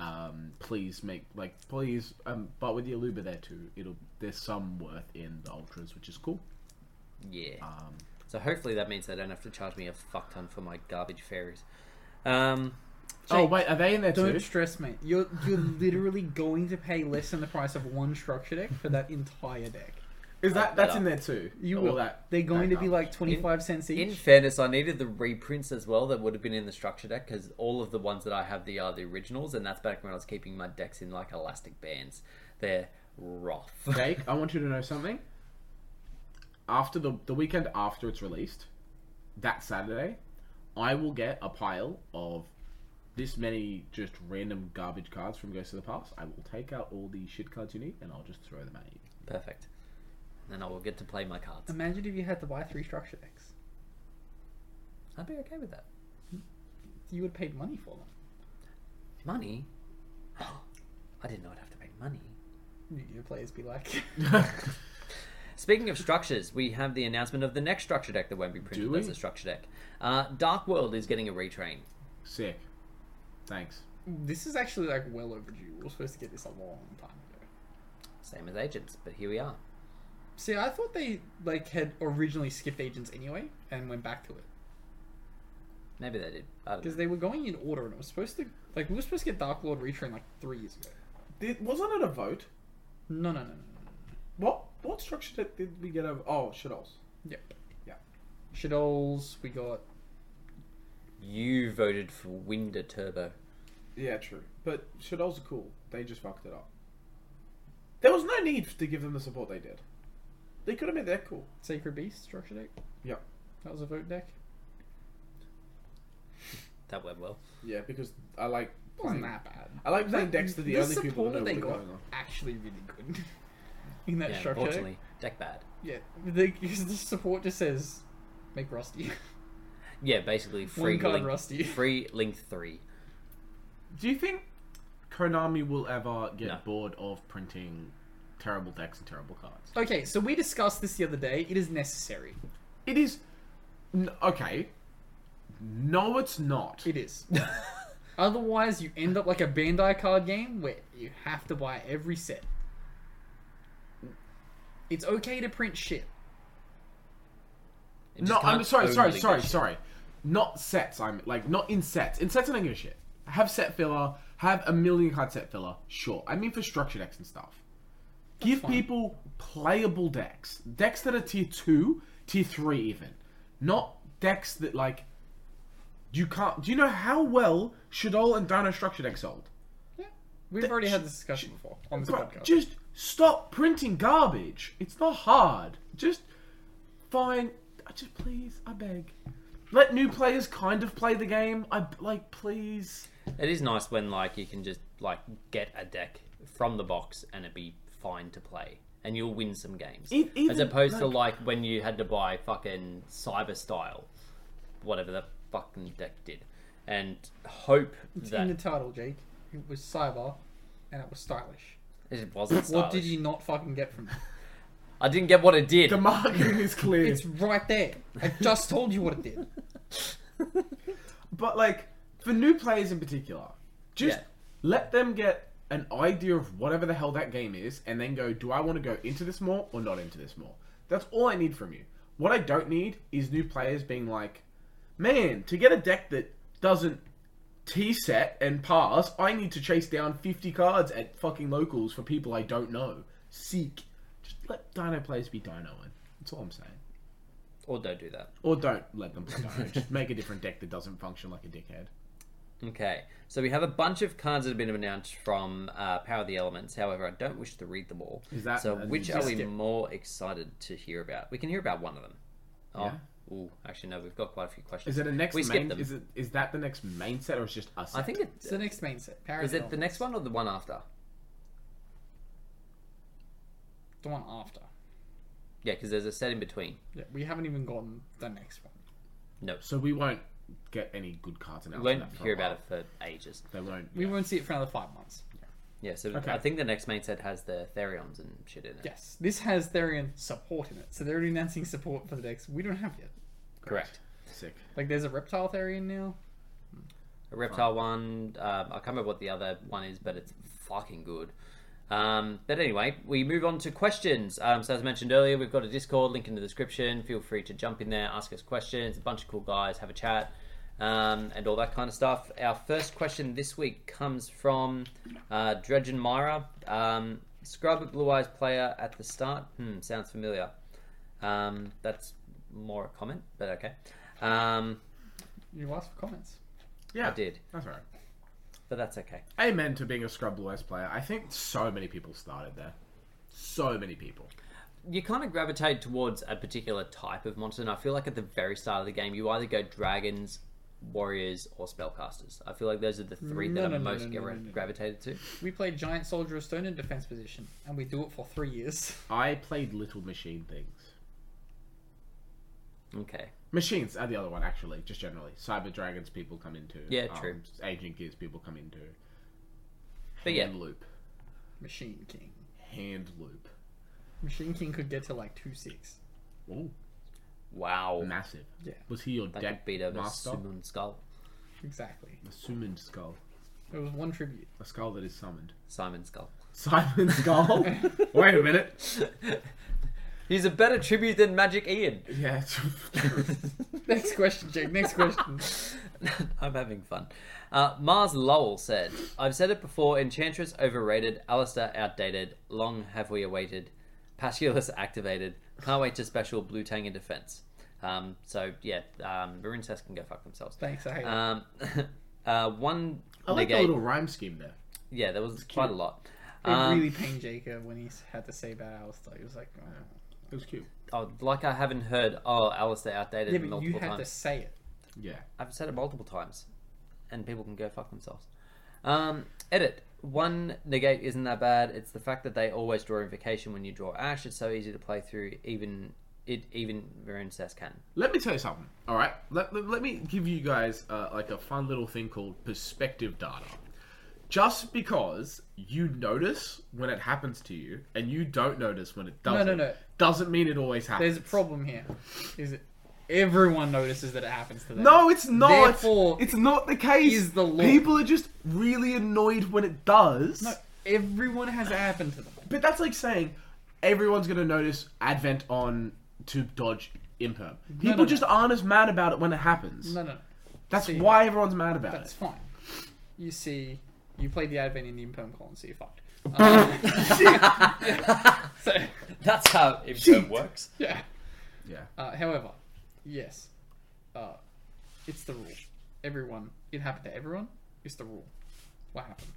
S4: um please make like please um but with the Aluba there too it'll there's some worth in the ultras which is cool.
S3: Yeah. Um, so hopefully that means they don't have to charge me a fuck ton for my garbage fairies. Um,
S4: oh wait, are they in there
S2: Don't
S4: too?
S2: stress, mate. You're, you're literally going to pay less than the price of one structure deck for that entire deck.
S4: Is that that's in there too?
S2: You
S4: All
S2: will.
S4: that-
S2: They're going
S4: that
S2: to be
S4: garbage.
S2: like 25 cents each.
S3: in fairness, I needed the reprints as well that would have been in the structure deck because all of the ones that I have the are the originals, and that's back when I was keeping my decks in like elastic bands. They're rough.
S4: Jake, I want you to know something. After the the weekend after it's released, that Saturday, I will get a pile of this many just random garbage cards from Ghost of the Past. I will take out all the shit cards you need and I'll just throw them at you.
S3: Perfect. Then I will get to play my cards.
S2: Imagine if you had to buy three structure decks.
S3: I'd be okay with that.
S2: You would pay money for them.
S3: Money? I didn't know I'd have to pay money.
S2: Your players be like,
S3: Speaking of structures, we have the announcement of the next structure deck that won't be printed
S4: Do we?
S3: as a structure deck. Uh, Dark World is getting a retrain.
S4: Sick. Thanks.
S2: this is actually like well overdue. We are supposed to get this a long time ago.
S3: same as agents, but here we are.
S2: See, I thought they like had originally skipped agents anyway and went back to it
S3: Maybe they did. I don't know.
S2: because they were going in order and it was supposed to like we were supposed to get Dark Lord retrained like three years ago.
S5: Did, wasn't it a vote?
S2: No, no, no, no, no.
S5: What what structure did, did we get over? Oh, Shadows.
S2: Yep.
S5: Yeah.
S2: Shadows. We got
S3: You voted for Winder Turbo.
S5: Yeah, true. But Shadows are cool. They just fucked it up. There was no need to give them the support they did. They could have made that cool.
S2: Sacred Beast structure deck.
S5: Yeah.
S2: That was a vote deck.
S3: That went well.
S5: Yeah, because I like
S2: Wasn't
S5: playing.
S2: that bad.
S5: I like playing decks that the, only people that
S2: support
S5: know
S2: they
S5: what's
S2: got
S5: going on.
S2: actually really good in that
S3: Yeah,
S2: structure. deck.
S3: unfortunately, deck bad.
S2: Yeah, the, 'cause the support just says make rusty.
S3: Yeah, basically free
S2: card
S3: link,
S2: rusty.
S3: free link three.
S4: Do you think Konami will ever get
S3: No.
S4: bored of printing terrible decks and terrible cards?
S2: okay, so we discussed this the other day. It is necessary.
S4: It is n- okay. No, it's not.
S2: It is. Otherwise, you end up like a Bandai card game where you have to buy every set. It's okay to print shit.
S3: It just
S4: no, I'm
S3: can't
S4: sorry,
S3: own
S4: sorry,
S3: link
S4: sorry,
S3: that
S4: sorry. Not sets. I'm like not in sets. In sets, I don't give a shit. Have set filler. Have a million card set filler. Sure. I mean for structure decks and stuff. give people playable decks, decks that are tier two, tier three, even, not decks that like you can't. Do you know how well Shadol and Dino Structure decks sold?
S2: Yeah, we've already had this discussion before on this
S4: Bro,
S2: podcast.
S4: just stop printing garbage. It's not hard. Just find. I Just please, I beg. Let new players kind of play the game. I like, please.
S3: shit. It is nice when like you can just like get a deck from the box and it be fine to play, and you'll win some games.
S4: E-
S3: As
S4: even,
S3: opposed to like when you had to buy fucking Cyber Style, whatever that fucking deck did, and hope that
S2: in the title, Jake, it was cyber, and it was stylish.
S3: it wasn't.
S2: What did
S3: stylish.
S2: you not fucking get from that?
S3: I didn't get what it did.
S4: The marketing is clear.
S2: It's right there. I just told you what it did.
S4: But like for new players in particular, just
S3: Yeah.
S4: let them get an idea of whatever the hell that game is, and then go, do I want to go into this more or not into this more? That's all I need from you. What I don't need is new players being like, man, to get a deck that doesn't T set and pass, I need to chase down 50 cards at fucking locals for people I don't know. Seek. Just let dino players be dinoing. That's all I'm saying.
S3: Or don't do that.
S4: Or don't let them play dino. Just make a different deck that doesn't function like a dickhead.
S3: Okay, so we have a bunch of cards that have been announced from uh, Power of the Elements. However, I don't wish to read them all.
S4: Is that-
S3: so?
S4: uh,
S3: Which are
S4: just
S3: we
S4: skip.
S3: more excited to hear about? We can hear about one of them. Oh, ooh, actually no, we've got quite a few questions.
S4: Is it a next
S3: We skipped
S4: main?
S3: them.
S4: Is it is that the next main set or is just us?
S3: I think it's
S2: It's the next main set. Power
S3: is
S2: of
S3: it the next one or the one after?
S2: the one after?
S3: Yeah, because there's a set in between.
S2: Yeah, we haven't even gotten the next one.
S3: No,
S4: so. We won't get any good cards in
S3: we
S4: our
S3: won't hear about it for ages.
S4: They won't.
S2: We won't see it for another five months.
S3: Yeah, so
S4: Okay.
S3: I think the next main set has the Therions and shit in it.
S2: Yes, this has Therian support in it, so they're already announcing support for the decks we don't have yet.
S3: correct.
S4: Sick.
S2: Like, there's a Reptile Therian now.
S3: A reptile one. Um, I can't remember what the other one is, but it's fucking good. Um, but anyway, we move on to questions. Um, so as mentioned earlier, we've got a Discord link in the description. Feel free to jump in there, ask us questions. A bunch of cool guys, have a chat, um, and all that kind of stuff. Our first question this week comes from uh, Dredgen Myra. Um, Scrub a blue eyes player at the start. Hmm, sounds familiar. Um, that's more a comment, but okay. Um,
S2: You asked for comments.
S4: Yeah,
S3: I did,
S4: That's alright.
S3: but that's okay.
S4: Amen to being a scrub blue eyes player. I think so many people started there. So many people.
S3: you kind of gravitate towards a particular type of monster, and I feel like at the very start of the game, you either go dragons, warriors, or spellcasters. I feel like those are the three
S2: No,
S3: that
S2: no,
S3: I'm
S2: no,
S3: most
S2: no, no,
S3: gra-
S2: no, no.
S3: gravitated to.
S2: We played Giant Soldier of Stone in defense position, and we do it for three years.
S4: I played little machine things.
S3: Okay,
S4: Machines are the other one actually. Just generally, cyber dragons people come into. Um,
S3: Yeah, true.
S4: Agent gears people come into.
S3: but yeah,
S4: Hand loop.
S2: Machine King.
S4: Hand loop.
S2: Machine King could get to like 2 6.
S4: Ooh,
S3: wow,
S4: massive.
S2: Yeah.
S4: Was he your
S3: that could
S4: deck
S3: beat over
S4: master?
S3: Summon Skull,
S2: Exactly.
S4: A summoned skull.
S2: It was one tribute.
S4: A skull that is summoned.
S3: Simon Skull.
S4: Simon's goal. Wait a minute.
S3: He's a better tribute than Magic Ian.
S4: Yeah.
S2: Next question, Jake. Next question.
S3: I'm having fun. Uh, Mars Lowell said, I've said it before Enchantress overrated, Alistair outdated, long have we awaited, Pasculus activated, can't wait to special Blue Tang in defense. Um, so, yeah, um, Maroon Sass can go fuck themselves.
S2: Thanks, I hate it.
S3: Um, uh, one
S4: I like the
S3: negate.
S4: little rhyme scheme there.
S3: Yeah, there was quite a lot.
S2: It
S3: Um,
S2: really pained Jacob when he s- had to say about Alistair. He was like, oh.
S4: It was cute.
S3: oh, like I haven't heard, oh, Alistair outdated
S2: yeah, but
S3: multiple
S2: you had
S3: times.
S2: to say it.
S4: Yeah.
S3: I've said it multiple times, and people can go fuck themselves. Um, edit. One negate isn't that bad. It's the fact that they always draw invocation when you draw ash. It's so easy to play through. Even it, even Maroon Sass can.
S4: Let me tell you something. All right. Let, let, let me give you guys uh, like a fun little thing called perspective data. Just because you notice when it happens to you and you don't notice when it doesn't,
S2: no.
S4: doesn't mean it always happens.
S2: There's a problem here. Is it? Everyone notices that it happens to them.
S4: No, it's not.
S2: Therefore,
S4: it's not the case.
S2: is the law.
S4: People are just really annoyed when it does.
S2: No, everyone has it happen to them.
S4: But that's like saying everyone's going to notice Advent on to dodge imperm.
S2: no,
S4: People just aren't as mad about it when it happens.
S2: No, no, no.
S4: that's
S2: see.
S4: why everyone's mad about
S2: That's
S4: it.
S2: fine. You see, you played the Advent in the Imperm column, so you're fucked. Um, so,
S3: That's how it works.
S2: yeah.
S4: Yeah.
S2: Uh, however, yes, uh, it's the rule. Everyone, it happened to everyone. It's the rule. What happened?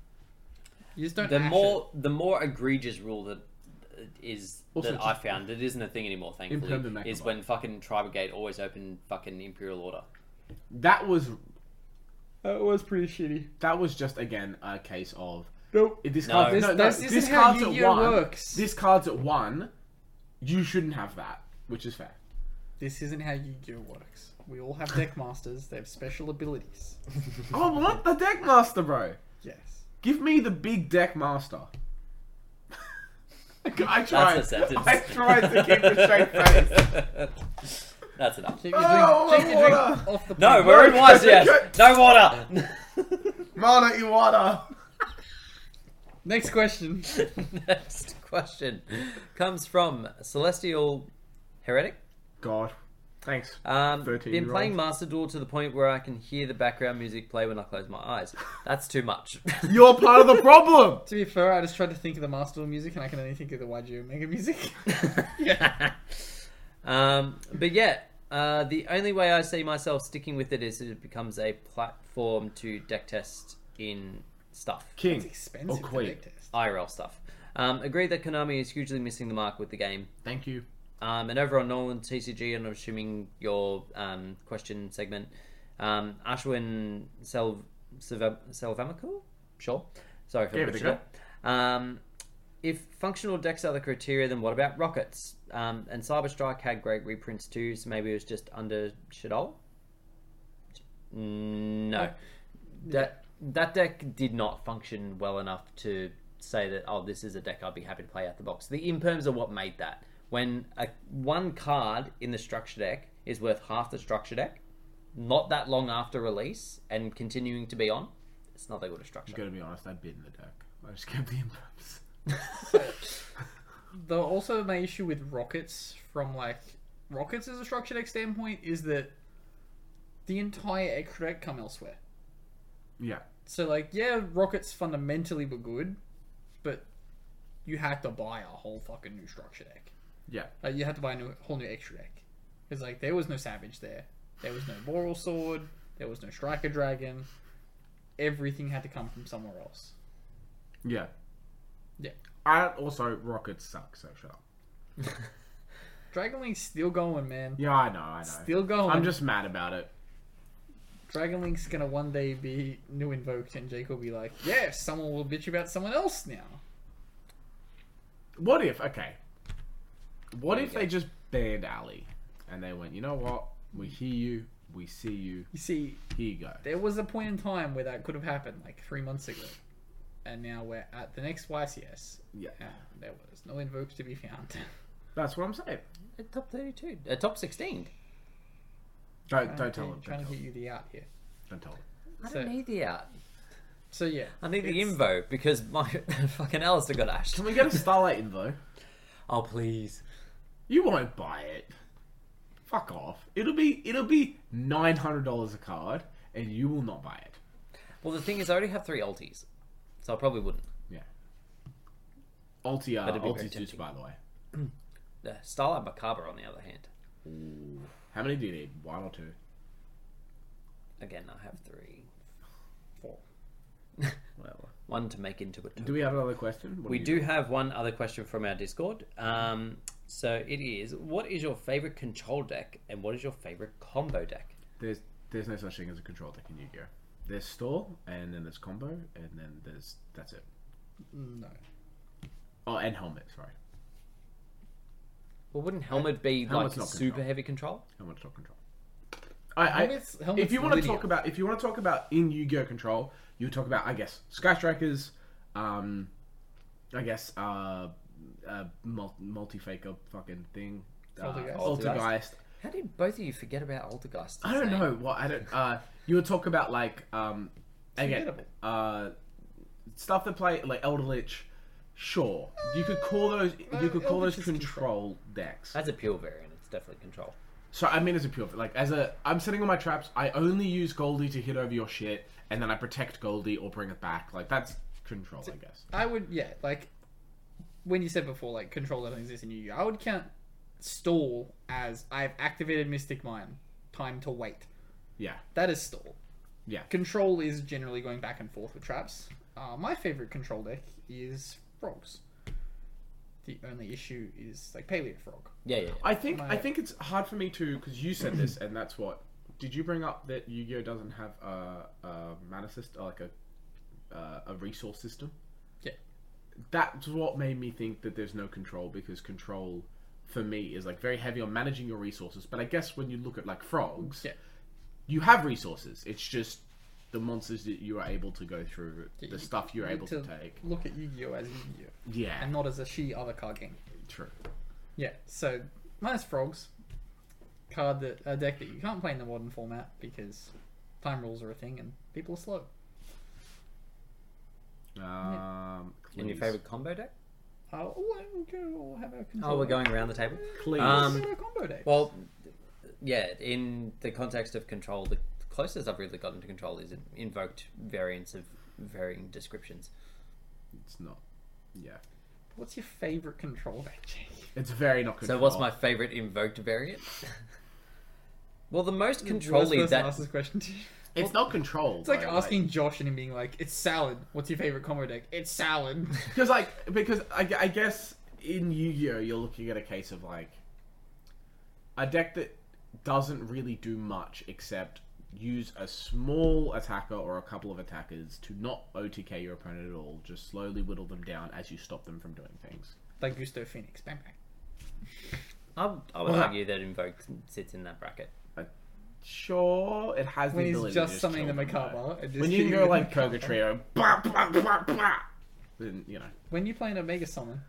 S2: You just don't.
S3: The
S2: ash
S3: more the more egregious rule that uh, is
S4: Also
S3: that
S4: just-
S3: I found that isn't a thing anymore. Thankfully,
S4: Impermanent
S3: is
S4: Macrobot.
S3: when fucking Tribegate always open fucking Imperial Order.
S4: That was
S2: it. that was pretty shitty.
S4: that was just again a case of
S2: Nope.
S4: if this
S3: No.
S4: card
S3: This-
S4: no, no,
S2: this isn't
S4: this
S2: how
S4: card's at
S2: Yu-Gi-Oh
S4: one.
S2: works.
S4: This card's at one. You shouldn't have that, which is fair.
S2: This isn't how Yu-Gi-Oh works. We all have deck masters. They have special abilities.
S4: I want Oh, the deck master, bro.
S2: Yes.
S4: Give me the big deck master. I
S3: That's
S4: tried.
S3: the sentence.
S4: I tried to keep a straight face.
S3: That's enough.
S2: Jake, you're
S4: Oh,
S2: doing- Jake, you're
S4: my
S2: doing
S4: water.
S2: off the
S3: No,
S2: point.
S3: we're in wise. Yes, no water.
S4: Mana Iwata.
S2: Next question.
S3: Next question comes from Celestial Heretic.
S4: God. Thanks.
S2: Uh,
S3: Um,
S4: 13
S3: been
S4: year
S3: playing
S4: old.
S3: Master Duel to the point where I can hear the background music play when I close my eyes. That's too much.
S4: You're part of the problem.
S2: to be fair, I just tried to think of the Master Duel music, and I can only think of the YG Omega music.
S3: um, but yeah, uh, the only way I see myself sticking with it is it becomes a platform to deck test in stuff.
S4: King.
S2: It's expensive
S4: Or
S2: to
S4: Queen.
S2: deck test.
S3: IRL stuff. Um, agree that Konami is hugely missing the mark with the game.
S4: Thank you.
S3: Um, and over on Norland TCG, and I'm assuming your um, question segment, um, Ashwin Sel- Sel- Selvamico? Sure. Sorry for
S4: Gave it a
S3: butchering it Um, if functional decks are the criteria, then what about rockets? Um, and Cyberstrike had great reprints too, so maybe it was just under Shadol? No. That, that deck did not function well enough to say that, oh, this is a deck I'd be happy to play out the box. The imperms are what made that. When a, one card in the structure deck is worth half the structure deck, not that long after release, and continuing to be on, it's not that good a structure.
S4: Gotta be honest, I bid in the deck. I just kept the imperms.
S2: Though also my issue with rockets from like rockets as a structure deck standpoint is that the entire extra deck come elsewhere.
S4: Yeah.
S2: So like yeah, rockets fundamentally were good, but you had to buy a whole fucking new structure deck.
S4: Yeah.
S2: Like you had to buy a new, whole new extra deck. It's like there was no Savage there, there was no Boreal Sword, there was no Striker Dragon. Everything had to come from somewhere else.
S4: Yeah.
S2: Yeah,
S4: I also rockets suck, so shut up.
S2: Dragonlink's still going, man.
S4: Yeah, I know, I know.
S2: Still going.
S4: I'm just mad about it.
S2: Dragonlink's gonna one day be new invoked, and Jake will be like, "Yeah, someone will bitch about someone else now."
S4: What if? Okay. What if they just banned Ali and they went? You know what? We hear you. We see you.
S2: You see,
S4: Here you go.
S2: there was a point in time where that could have happened, like three months ago, and now we're at the next YCS.
S4: Yeah.
S2: and there was no invokes to be found.
S4: That's what I'm saying.
S3: A Uh, top 32, a top 16.
S4: Don't don't tell
S2: I'm
S4: them. Don't
S2: trying
S4: tell
S2: to
S4: them.
S2: get you the out here.
S4: Don't tell them.
S3: I
S2: So-
S3: don't need the out.
S2: So yeah,
S3: I need the invo because my fucking Alistair got ashed.
S4: Can we get a Starlight in though?
S3: Oh please.
S4: You won't buy it. Fuck off. It'll be it'll be nine hundred dollars a card, and you will not buy it.
S3: Well, the thing is, I already have three ultis, so I probably wouldn't.
S4: Yeah. Alti uh,
S3: That'd be very
S4: Alti's juice,
S3: tempting.
S4: by the way.
S3: The Starlight Macabre, on the other hand,
S4: How many do you need? One or two?
S3: again, I have three, four,
S4: Whatever.
S3: one to make into a two.
S4: Do we have another question? What
S3: We
S4: you-
S3: do have one other question from our Discord. Um, so it is, what is your favorite control deck and what is your favorite combo deck?
S4: There's there's no such thing as a control deck in Yu-Gi-Oh. There's store, and then there's combo, and then there's that's it.
S2: no.
S4: Oh, and helmet. Sorry,
S3: Well, wouldn't Helmet be
S4: Helmet's
S3: like
S4: not
S3: super
S4: control.
S3: heavy control?
S4: helmet's not control. I, I,
S2: Helmet's-
S4: if
S2: helmet's
S4: you want to
S2: linear.
S4: talk about if you want to talk about in Yu-Gi-Oh control, you talk about I guess Sky Strikers, um, I guess uh, uh multi faker fucking thing, uh,
S2: Poltergeist.
S4: Poltergeist.
S3: How did both of you forget about Altergeist?
S4: I don't know what I don't. Uh, you would talk about like um, again,
S2: Forgettable.
S4: uh, stuff that play like Elder Lich. Sure, you could call those you could call
S2: Uh, Elder Lich
S4: those
S2: is
S4: control,
S2: control.
S4: decks.
S3: That's a pure variant. It's definitely control.
S4: So I mean, as a pure like as a I'm setting all my traps. I only use Goldie to hit over your shit, and then I protect Goldie or bring it back. Like that's control, I guess.
S2: I would yeah like when you said before like control doesn't exist in Yu-Gi-Oh. I would count stall as I've activated Mystic Mine. Time to wait.
S4: Yeah,
S2: That is stall.
S4: yeah.
S2: Control is generally going back and forth with traps. Uh, my favorite control deck is frogs. The only issue is like paleo frog.
S3: Yeah, yeah. yeah.
S4: I think I think it's hard for me to because you said this, and that's what did you bring up that Yu-Gi-Oh doesn't have a, a mana system, like a uh, a resource system.
S2: Yeah.
S4: That's what made me think that there's no control because control for me is like very heavy on managing your resources. But I guess when you look at like frogs,
S2: Yeah.
S4: you have resources. It's just the monsters that you are able to go through, the
S2: you
S4: stuff you're
S2: Need
S4: able to, take.
S2: Look at Yu-Gi-Oh as Yu-Gi-Oh,
S4: Yeah,
S2: and not as a she other card game.
S4: true.
S2: Yeah. So minus frogs, card that a deck that you can't play in the modern format because time rules are a thing and people are slow.
S4: Um,
S3: And your
S4: Cleese.
S3: favorite combo deck?
S2: Uh, oh, I'm gonna all have a control.
S3: Oh, we're going around the table.
S4: Cleese.
S3: Um,
S2: What about combo deck.
S3: Well, yeah, in the context of control, the closest I've really gotten to control is invoked variants of varying descriptions.
S4: it's not. Yeah,
S2: What's your favorite control deck? Jake?
S4: it's very not.
S3: So
S4: Control.
S3: what's my favorite invoked variant? well, the most
S2: Worst
S3: controlly
S2: person to
S3: that
S2: ask this question to you.
S4: It's not control.
S2: It's like asking Josh and him being like, "It's salad. What's your favorite combo deck? It's salad."
S4: because like because I, I guess in Yu-Gi-Oh you're looking at a case of like a deck that doesn't really do much except use a small attacker or a couple of attackers to not OTK your opponent at all. Just slowly whittle them down as you stop them from doing things.
S2: like Gusto Phoenix, bang bang.
S3: I, would- I would
S4: Well, that-
S3: argue that invoked sits in that bracket.
S4: Sure, it has
S2: When
S4: the
S2: he's
S4: ability
S2: just
S4: to just
S2: summoning
S4: kill
S2: the
S4: them, though.
S2: macabre and just
S4: when you
S2: hitting
S4: go
S2: the
S4: like
S2: macabre.
S4: Purgatorio, bah, bah, bah, bah, then you know.
S2: When you play an Omega Summon,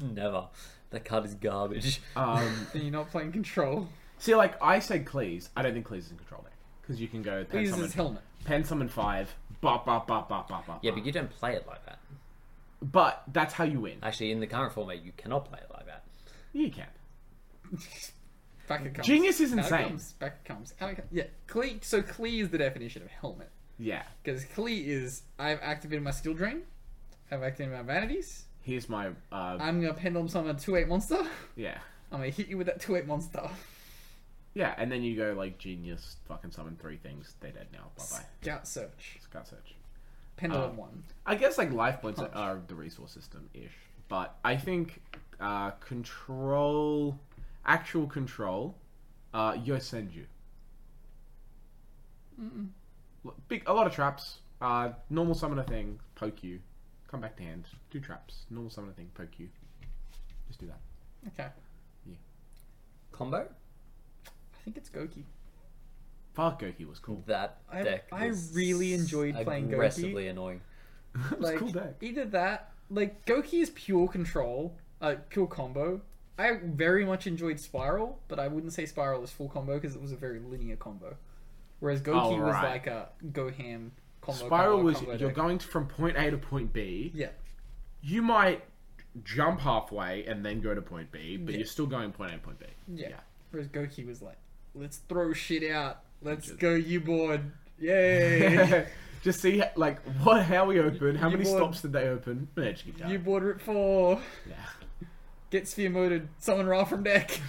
S3: Never. That card is garbage.
S2: Ah.
S4: Um,
S2: then you're not playing control.
S4: See, like I said, Cleese. I don't think Cleese is in control deck because you can go pen
S2: Please
S4: summon,
S2: his helmet.
S4: pen summon five, bop bop bop bop bop bop.
S3: yeah, but you don't play it like that.
S4: but that's how you win.
S3: Actually, in the current format, you cannot play it like that.
S4: You can.
S2: Back it comes.
S4: Genius is
S2: Out it
S4: insane.
S2: comes, back it comes. Out it comes. Yeah, Klee. So Klee is the definition of helmet
S4: Yeah.
S2: because Klee is I've activated my skill drain, I've activated my vanities.
S4: Here's my. Uh,
S2: I'm gonna pendulum summon a two eight monster.
S4: yeah.
S2: I'm gonna hit you with that two eight monster.
S4: Yeah, and then you go like genius, fucking summon three things. They're dead now. Bye bye.
S2: Scout search.
S4: Scout search. Uh,
S2: Pendulum one.
S4: I guess like life points are- are the resource system ish, but I think uh, control, actual control, uh, Yosenju. L- Big a lot of traps. Uh, normal summoner thing, poke you, come back to hand, do traps. Normal summoner thing, poke you. Just do that.
S2: Okay.
S3: Combo?
S2: I think it's Goki.
S4: Fuck Goki was cool.
S3: That
S2: I-
S3: deck.
S2: I
S3: was
S2: really enjoyed playing Goki.
S3: Aggressively annoying.
S4: It's
S2: like
S4: cool deck.
S2: either that like goki is pure control uh pure combo i very much enjoyed spiral but i wouldn't say spiral is full combo because it was a very linear combo whereas goki
S4: Oh,
S2: was
S4: right.
S2: like a go ham Combo,
S4: Spiral
S2: combo,
S4: was
S2: combo
S4: you're
S2: deck.
S4: going from point A to point B.
S2: Yeah.
S4: You might jump halfway and then go to point B, but
S2: Yeah.
S4: you're still going point A and point B.
S2: Yeah. Whereas Goki was like, let's throw shit out. Let's go, you board. Yay.
S4: just see like what how we open, how
S2: You
S4: many
S2: would-
S4: stops did they open? Yeah, just keep going.
S2: you board rip four. Get sphere moded. Summon Ra from deck.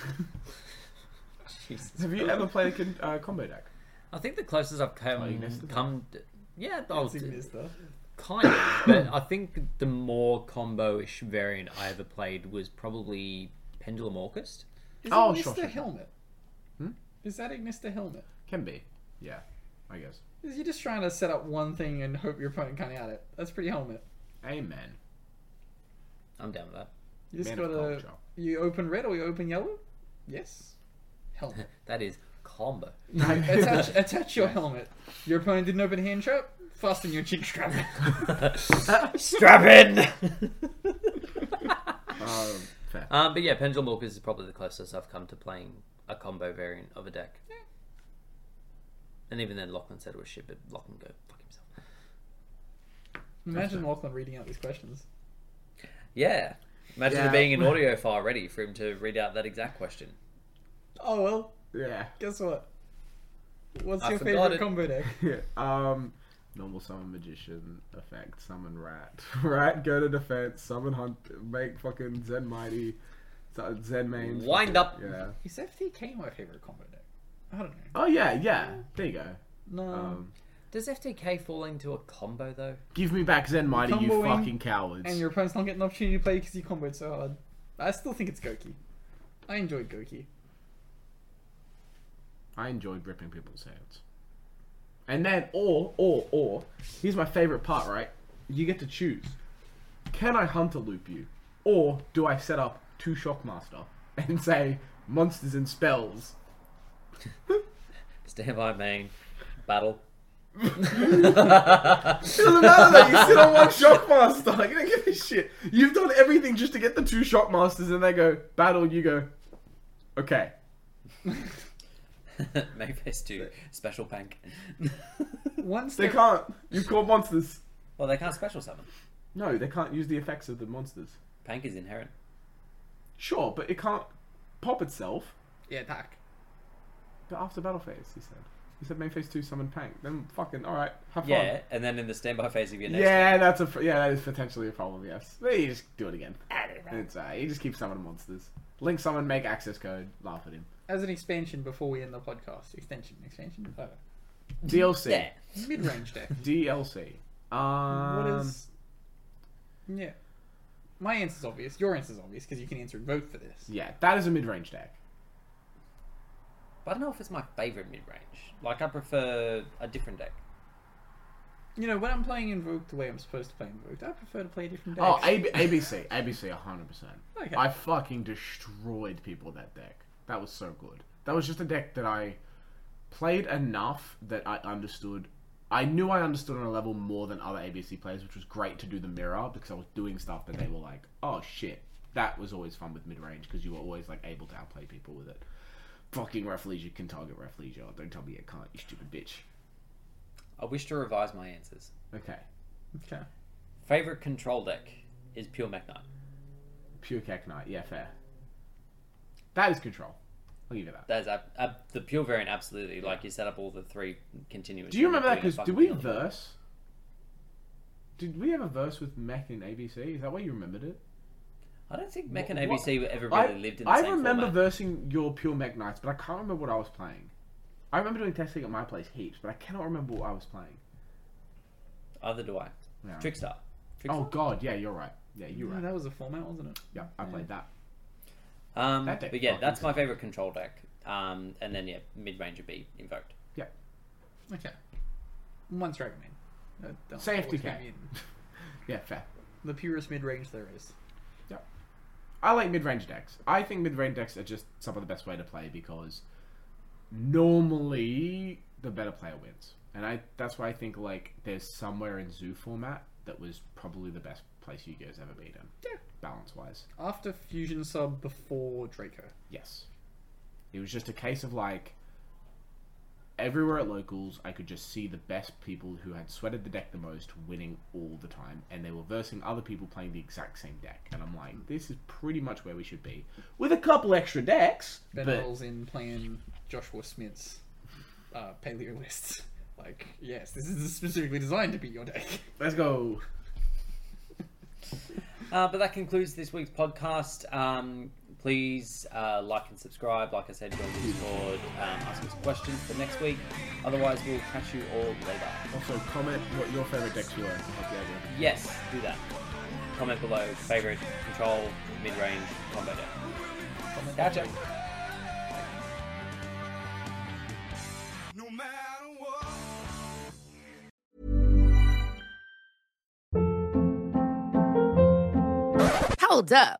S4: Have you ever played a con- uh, combo deck?
S3: I think the closest I've
S4: Playing
S3: come,
S4: Nesta?
S3: come d- yeah, I was,
S2: Sinister.
S3: kind of, but I think the more combo-ish variant I ever played was probably Pendulum Orchest.
S2: Is
S4: Oh,
S2: it Mr.
S4: sure, Hmm? sure, sure.
S2: Helmet? Is that Ignister Helmet?
S4: Can be. Yeah, I guess.
S2: 'Cause You're just trying to set up one thing and hope your opponent can't out it. That's pretty helmet.
S4: Amen.
S3: I'm down with that.
S2: You just
S4: Man of
S2: gotta.
S4: culture.
S2: You open red or you open yellow? Yes. Helmet.
S3: That is combo.
S2: attach, attach your helmet. Your opponent didn't open hand trap. Fasten your chin strap.
S3: Strap in.
S4: Um, fair.
S3: um, but yeah, Pendulum Orchest is probably the closest I've come to playing a combo variant of a deck. And even then, Lachlan said it was shit, but Lachlan go fuck himself.
S2: Imagine Lachlan reading out these questions.
S3: Yeah. Imagine
S4: Yeah.
S3: there being an audio file ready for him to read out that exact question.
S2: Oh well,
S4: yeah.
S2: guess what? What's
S3: I
S2: your
S3: forgot
S2: favorite
S3: it.
S2: combo deck?
S4: Yeah. Um, normal summon magician effect. Summon rat. rat go to defense. Summon hunt. Make fucking Zen mighty. su- Zen main.
S3: Wind up.
S4: Yeah.
S2: Is FTK my favorite combo deck? I don't know.
S4: Oh yeah, yeah. There you go.
S2: No.
S4: Um,
S3: Does FTK fall into a combo though?
S4: give me back Zen mighty, you
S2: Comboing
S4: fucking cowards.
S2: and your opponent's not getting an opportunity to play because you comboed so hard. I still think it's Goki. I enjoyed Goki.
S4: I enjoyed ripping people's hands. And then, or, or, or, here's my favorite part, right? You get to choose. Can I hunter loop you? Or do I set up two Shockmaster and say monsters and spells?
S3: Stand by main, battle.
S4: It doesn't matter that you sit on one Shockmaster. You don't give a shit. You've done everything just to get the two Shockmasters and they go, battle, you go, okay.
S3: Mayface 2, special pank.
S2: One
S4: They
S2: step,
S4: can't. You've called monsters.
S3: well, they can't special summon.
S4: No, they can't use the effects of the monsters.
S3: Pank is inherent.
S4: Sure, but it can't pop itself.
S2: yeah, attack.
S4: But after battle phase, he said. He said main phase two summon Pank. Then fucking all right, have fun.
S3: Yeah, and then in the standby phase of your next
S4: yeah, that's a pr- yeah, that is potentially a problem. Yes, but you just do it again. It's uh, you just keep summoning monsters. Link summon, make access code. Laugh at him.
S2: As an expansion before we end the podcast. Extension, expansion?
S4: Mm.
S2: Oh.
S4: DLC,
S3: Yeah.
S2: Mid range deck.
S4: DLC. Um,
S2: What is. Yeah. My answer's obvious. Your answer's obvious because you can answer and vote for this.
S4: Yeah, that is a mid range deck.
S3: But I don't know if it's my favourite mid range. Like, I prefer a different deck.
S2: You know, when I'm playing Invoked the way I'm supposed to play Invoked, I prefer to play different decks.
S4: Oh, A- ABC, ABC, hundred percent.
S2: Okay.
S4: I fucking destroyed people with that deck. That was so good. That was just a deck that I played enough that I understood. I knew I understood on a level more than other ABC players, which was great to do the mirror because I was doing stuff that they were like, "Oh shit." That was always fun with mid range because you were always like able to outplay people with it. Fucking Rafflesia can target Rafflesia. Don't tell me you can't, you stupid bitch.
S3: I wish to revise my answers.
S4: Okay,
S2: Okay.
S3: Favourite control deck is Pure Mech Knight.
S4: pure Kek Knight. Yeah, fair. That is control. I'll give you that.
S3: That's ab- ab- the Pure variant, absolutely. Like, you set up all the three continuous.
S4: Do you
S3: and you're
S4: remember
S3: doing a
S4: that? Because
S3: fucking
S4: did we
S3: kill them.
S4: verse? Did we have a verse with Mech in ABC? Is that why you remembered it?
S3: I don't think Mech and
S4: Wha- what-
S3: ABC ever really
S4: I,
S3: lived in the
S4: I
S3: same
S4: remember
S3: format.
S4: versing your pure Mech Knights, but I can't remember what I was playing. I remember doing testing at my place heaps, but I cannot remember what I was playing.
S3: Either do I.
S4: Yeah.
S3: Trickstar.
S4: Oh
S3: Trickstar?
S4: god, yeah, you're right. Yeah, you're
S2: Yeah,
S4: right.
S2: that was a format, wasn't it?
S4: Yeah, I played that.
S3: um,
S4: that deck
S3: but yeah,
S4: fucking
S3: that's my favourite control deck. Um, and then, yeah, mid range would be Invoked.
S4: Yeah.
S2: Okay. One Dragon Man. That- that
S4: Say
S2: always
S4: FTK.
S2: got me in.
S4: Yeah, fair.
S2: The purest mid range there is.
S4: Yeah. I like mid range decks. I think mid range decks are just some of the best way to play because normally the better player wins. And I that's why I think like there's somewhere in zoo format that was probably the best place you guys ever been in. Yeah. Balance wise.
S2: After Fusion Sub, before Draco.
S4: Yes. It was just a case of like everywhere at locals, I could just see the best people who had sweated the deck the most winning all the time, and they were versing other people playing the exact same deck. And I'm like, this is pretty much where we should be, with a couple extra decks.
S2: Ben
S4: but
S2: rolls in playing Joshua Smith's uh, paleo lists. Like, yes, this is specifically designed to be your deck.
S4: let's go.
S3: Uh, but that concludes this week's podcast. Um, please uh, like and subscribe. Like I said, join Discord. Um, ask us questions for next week. Otherwise, we'll catch you all later.
S4: Also, comment what your favorite decks were. Like, yeah, yeah.
S3: Yes, do that. Comment below favorite control mid range combo deck.
S2: Gotcha.
S6: No matter what.
S7: Hold up.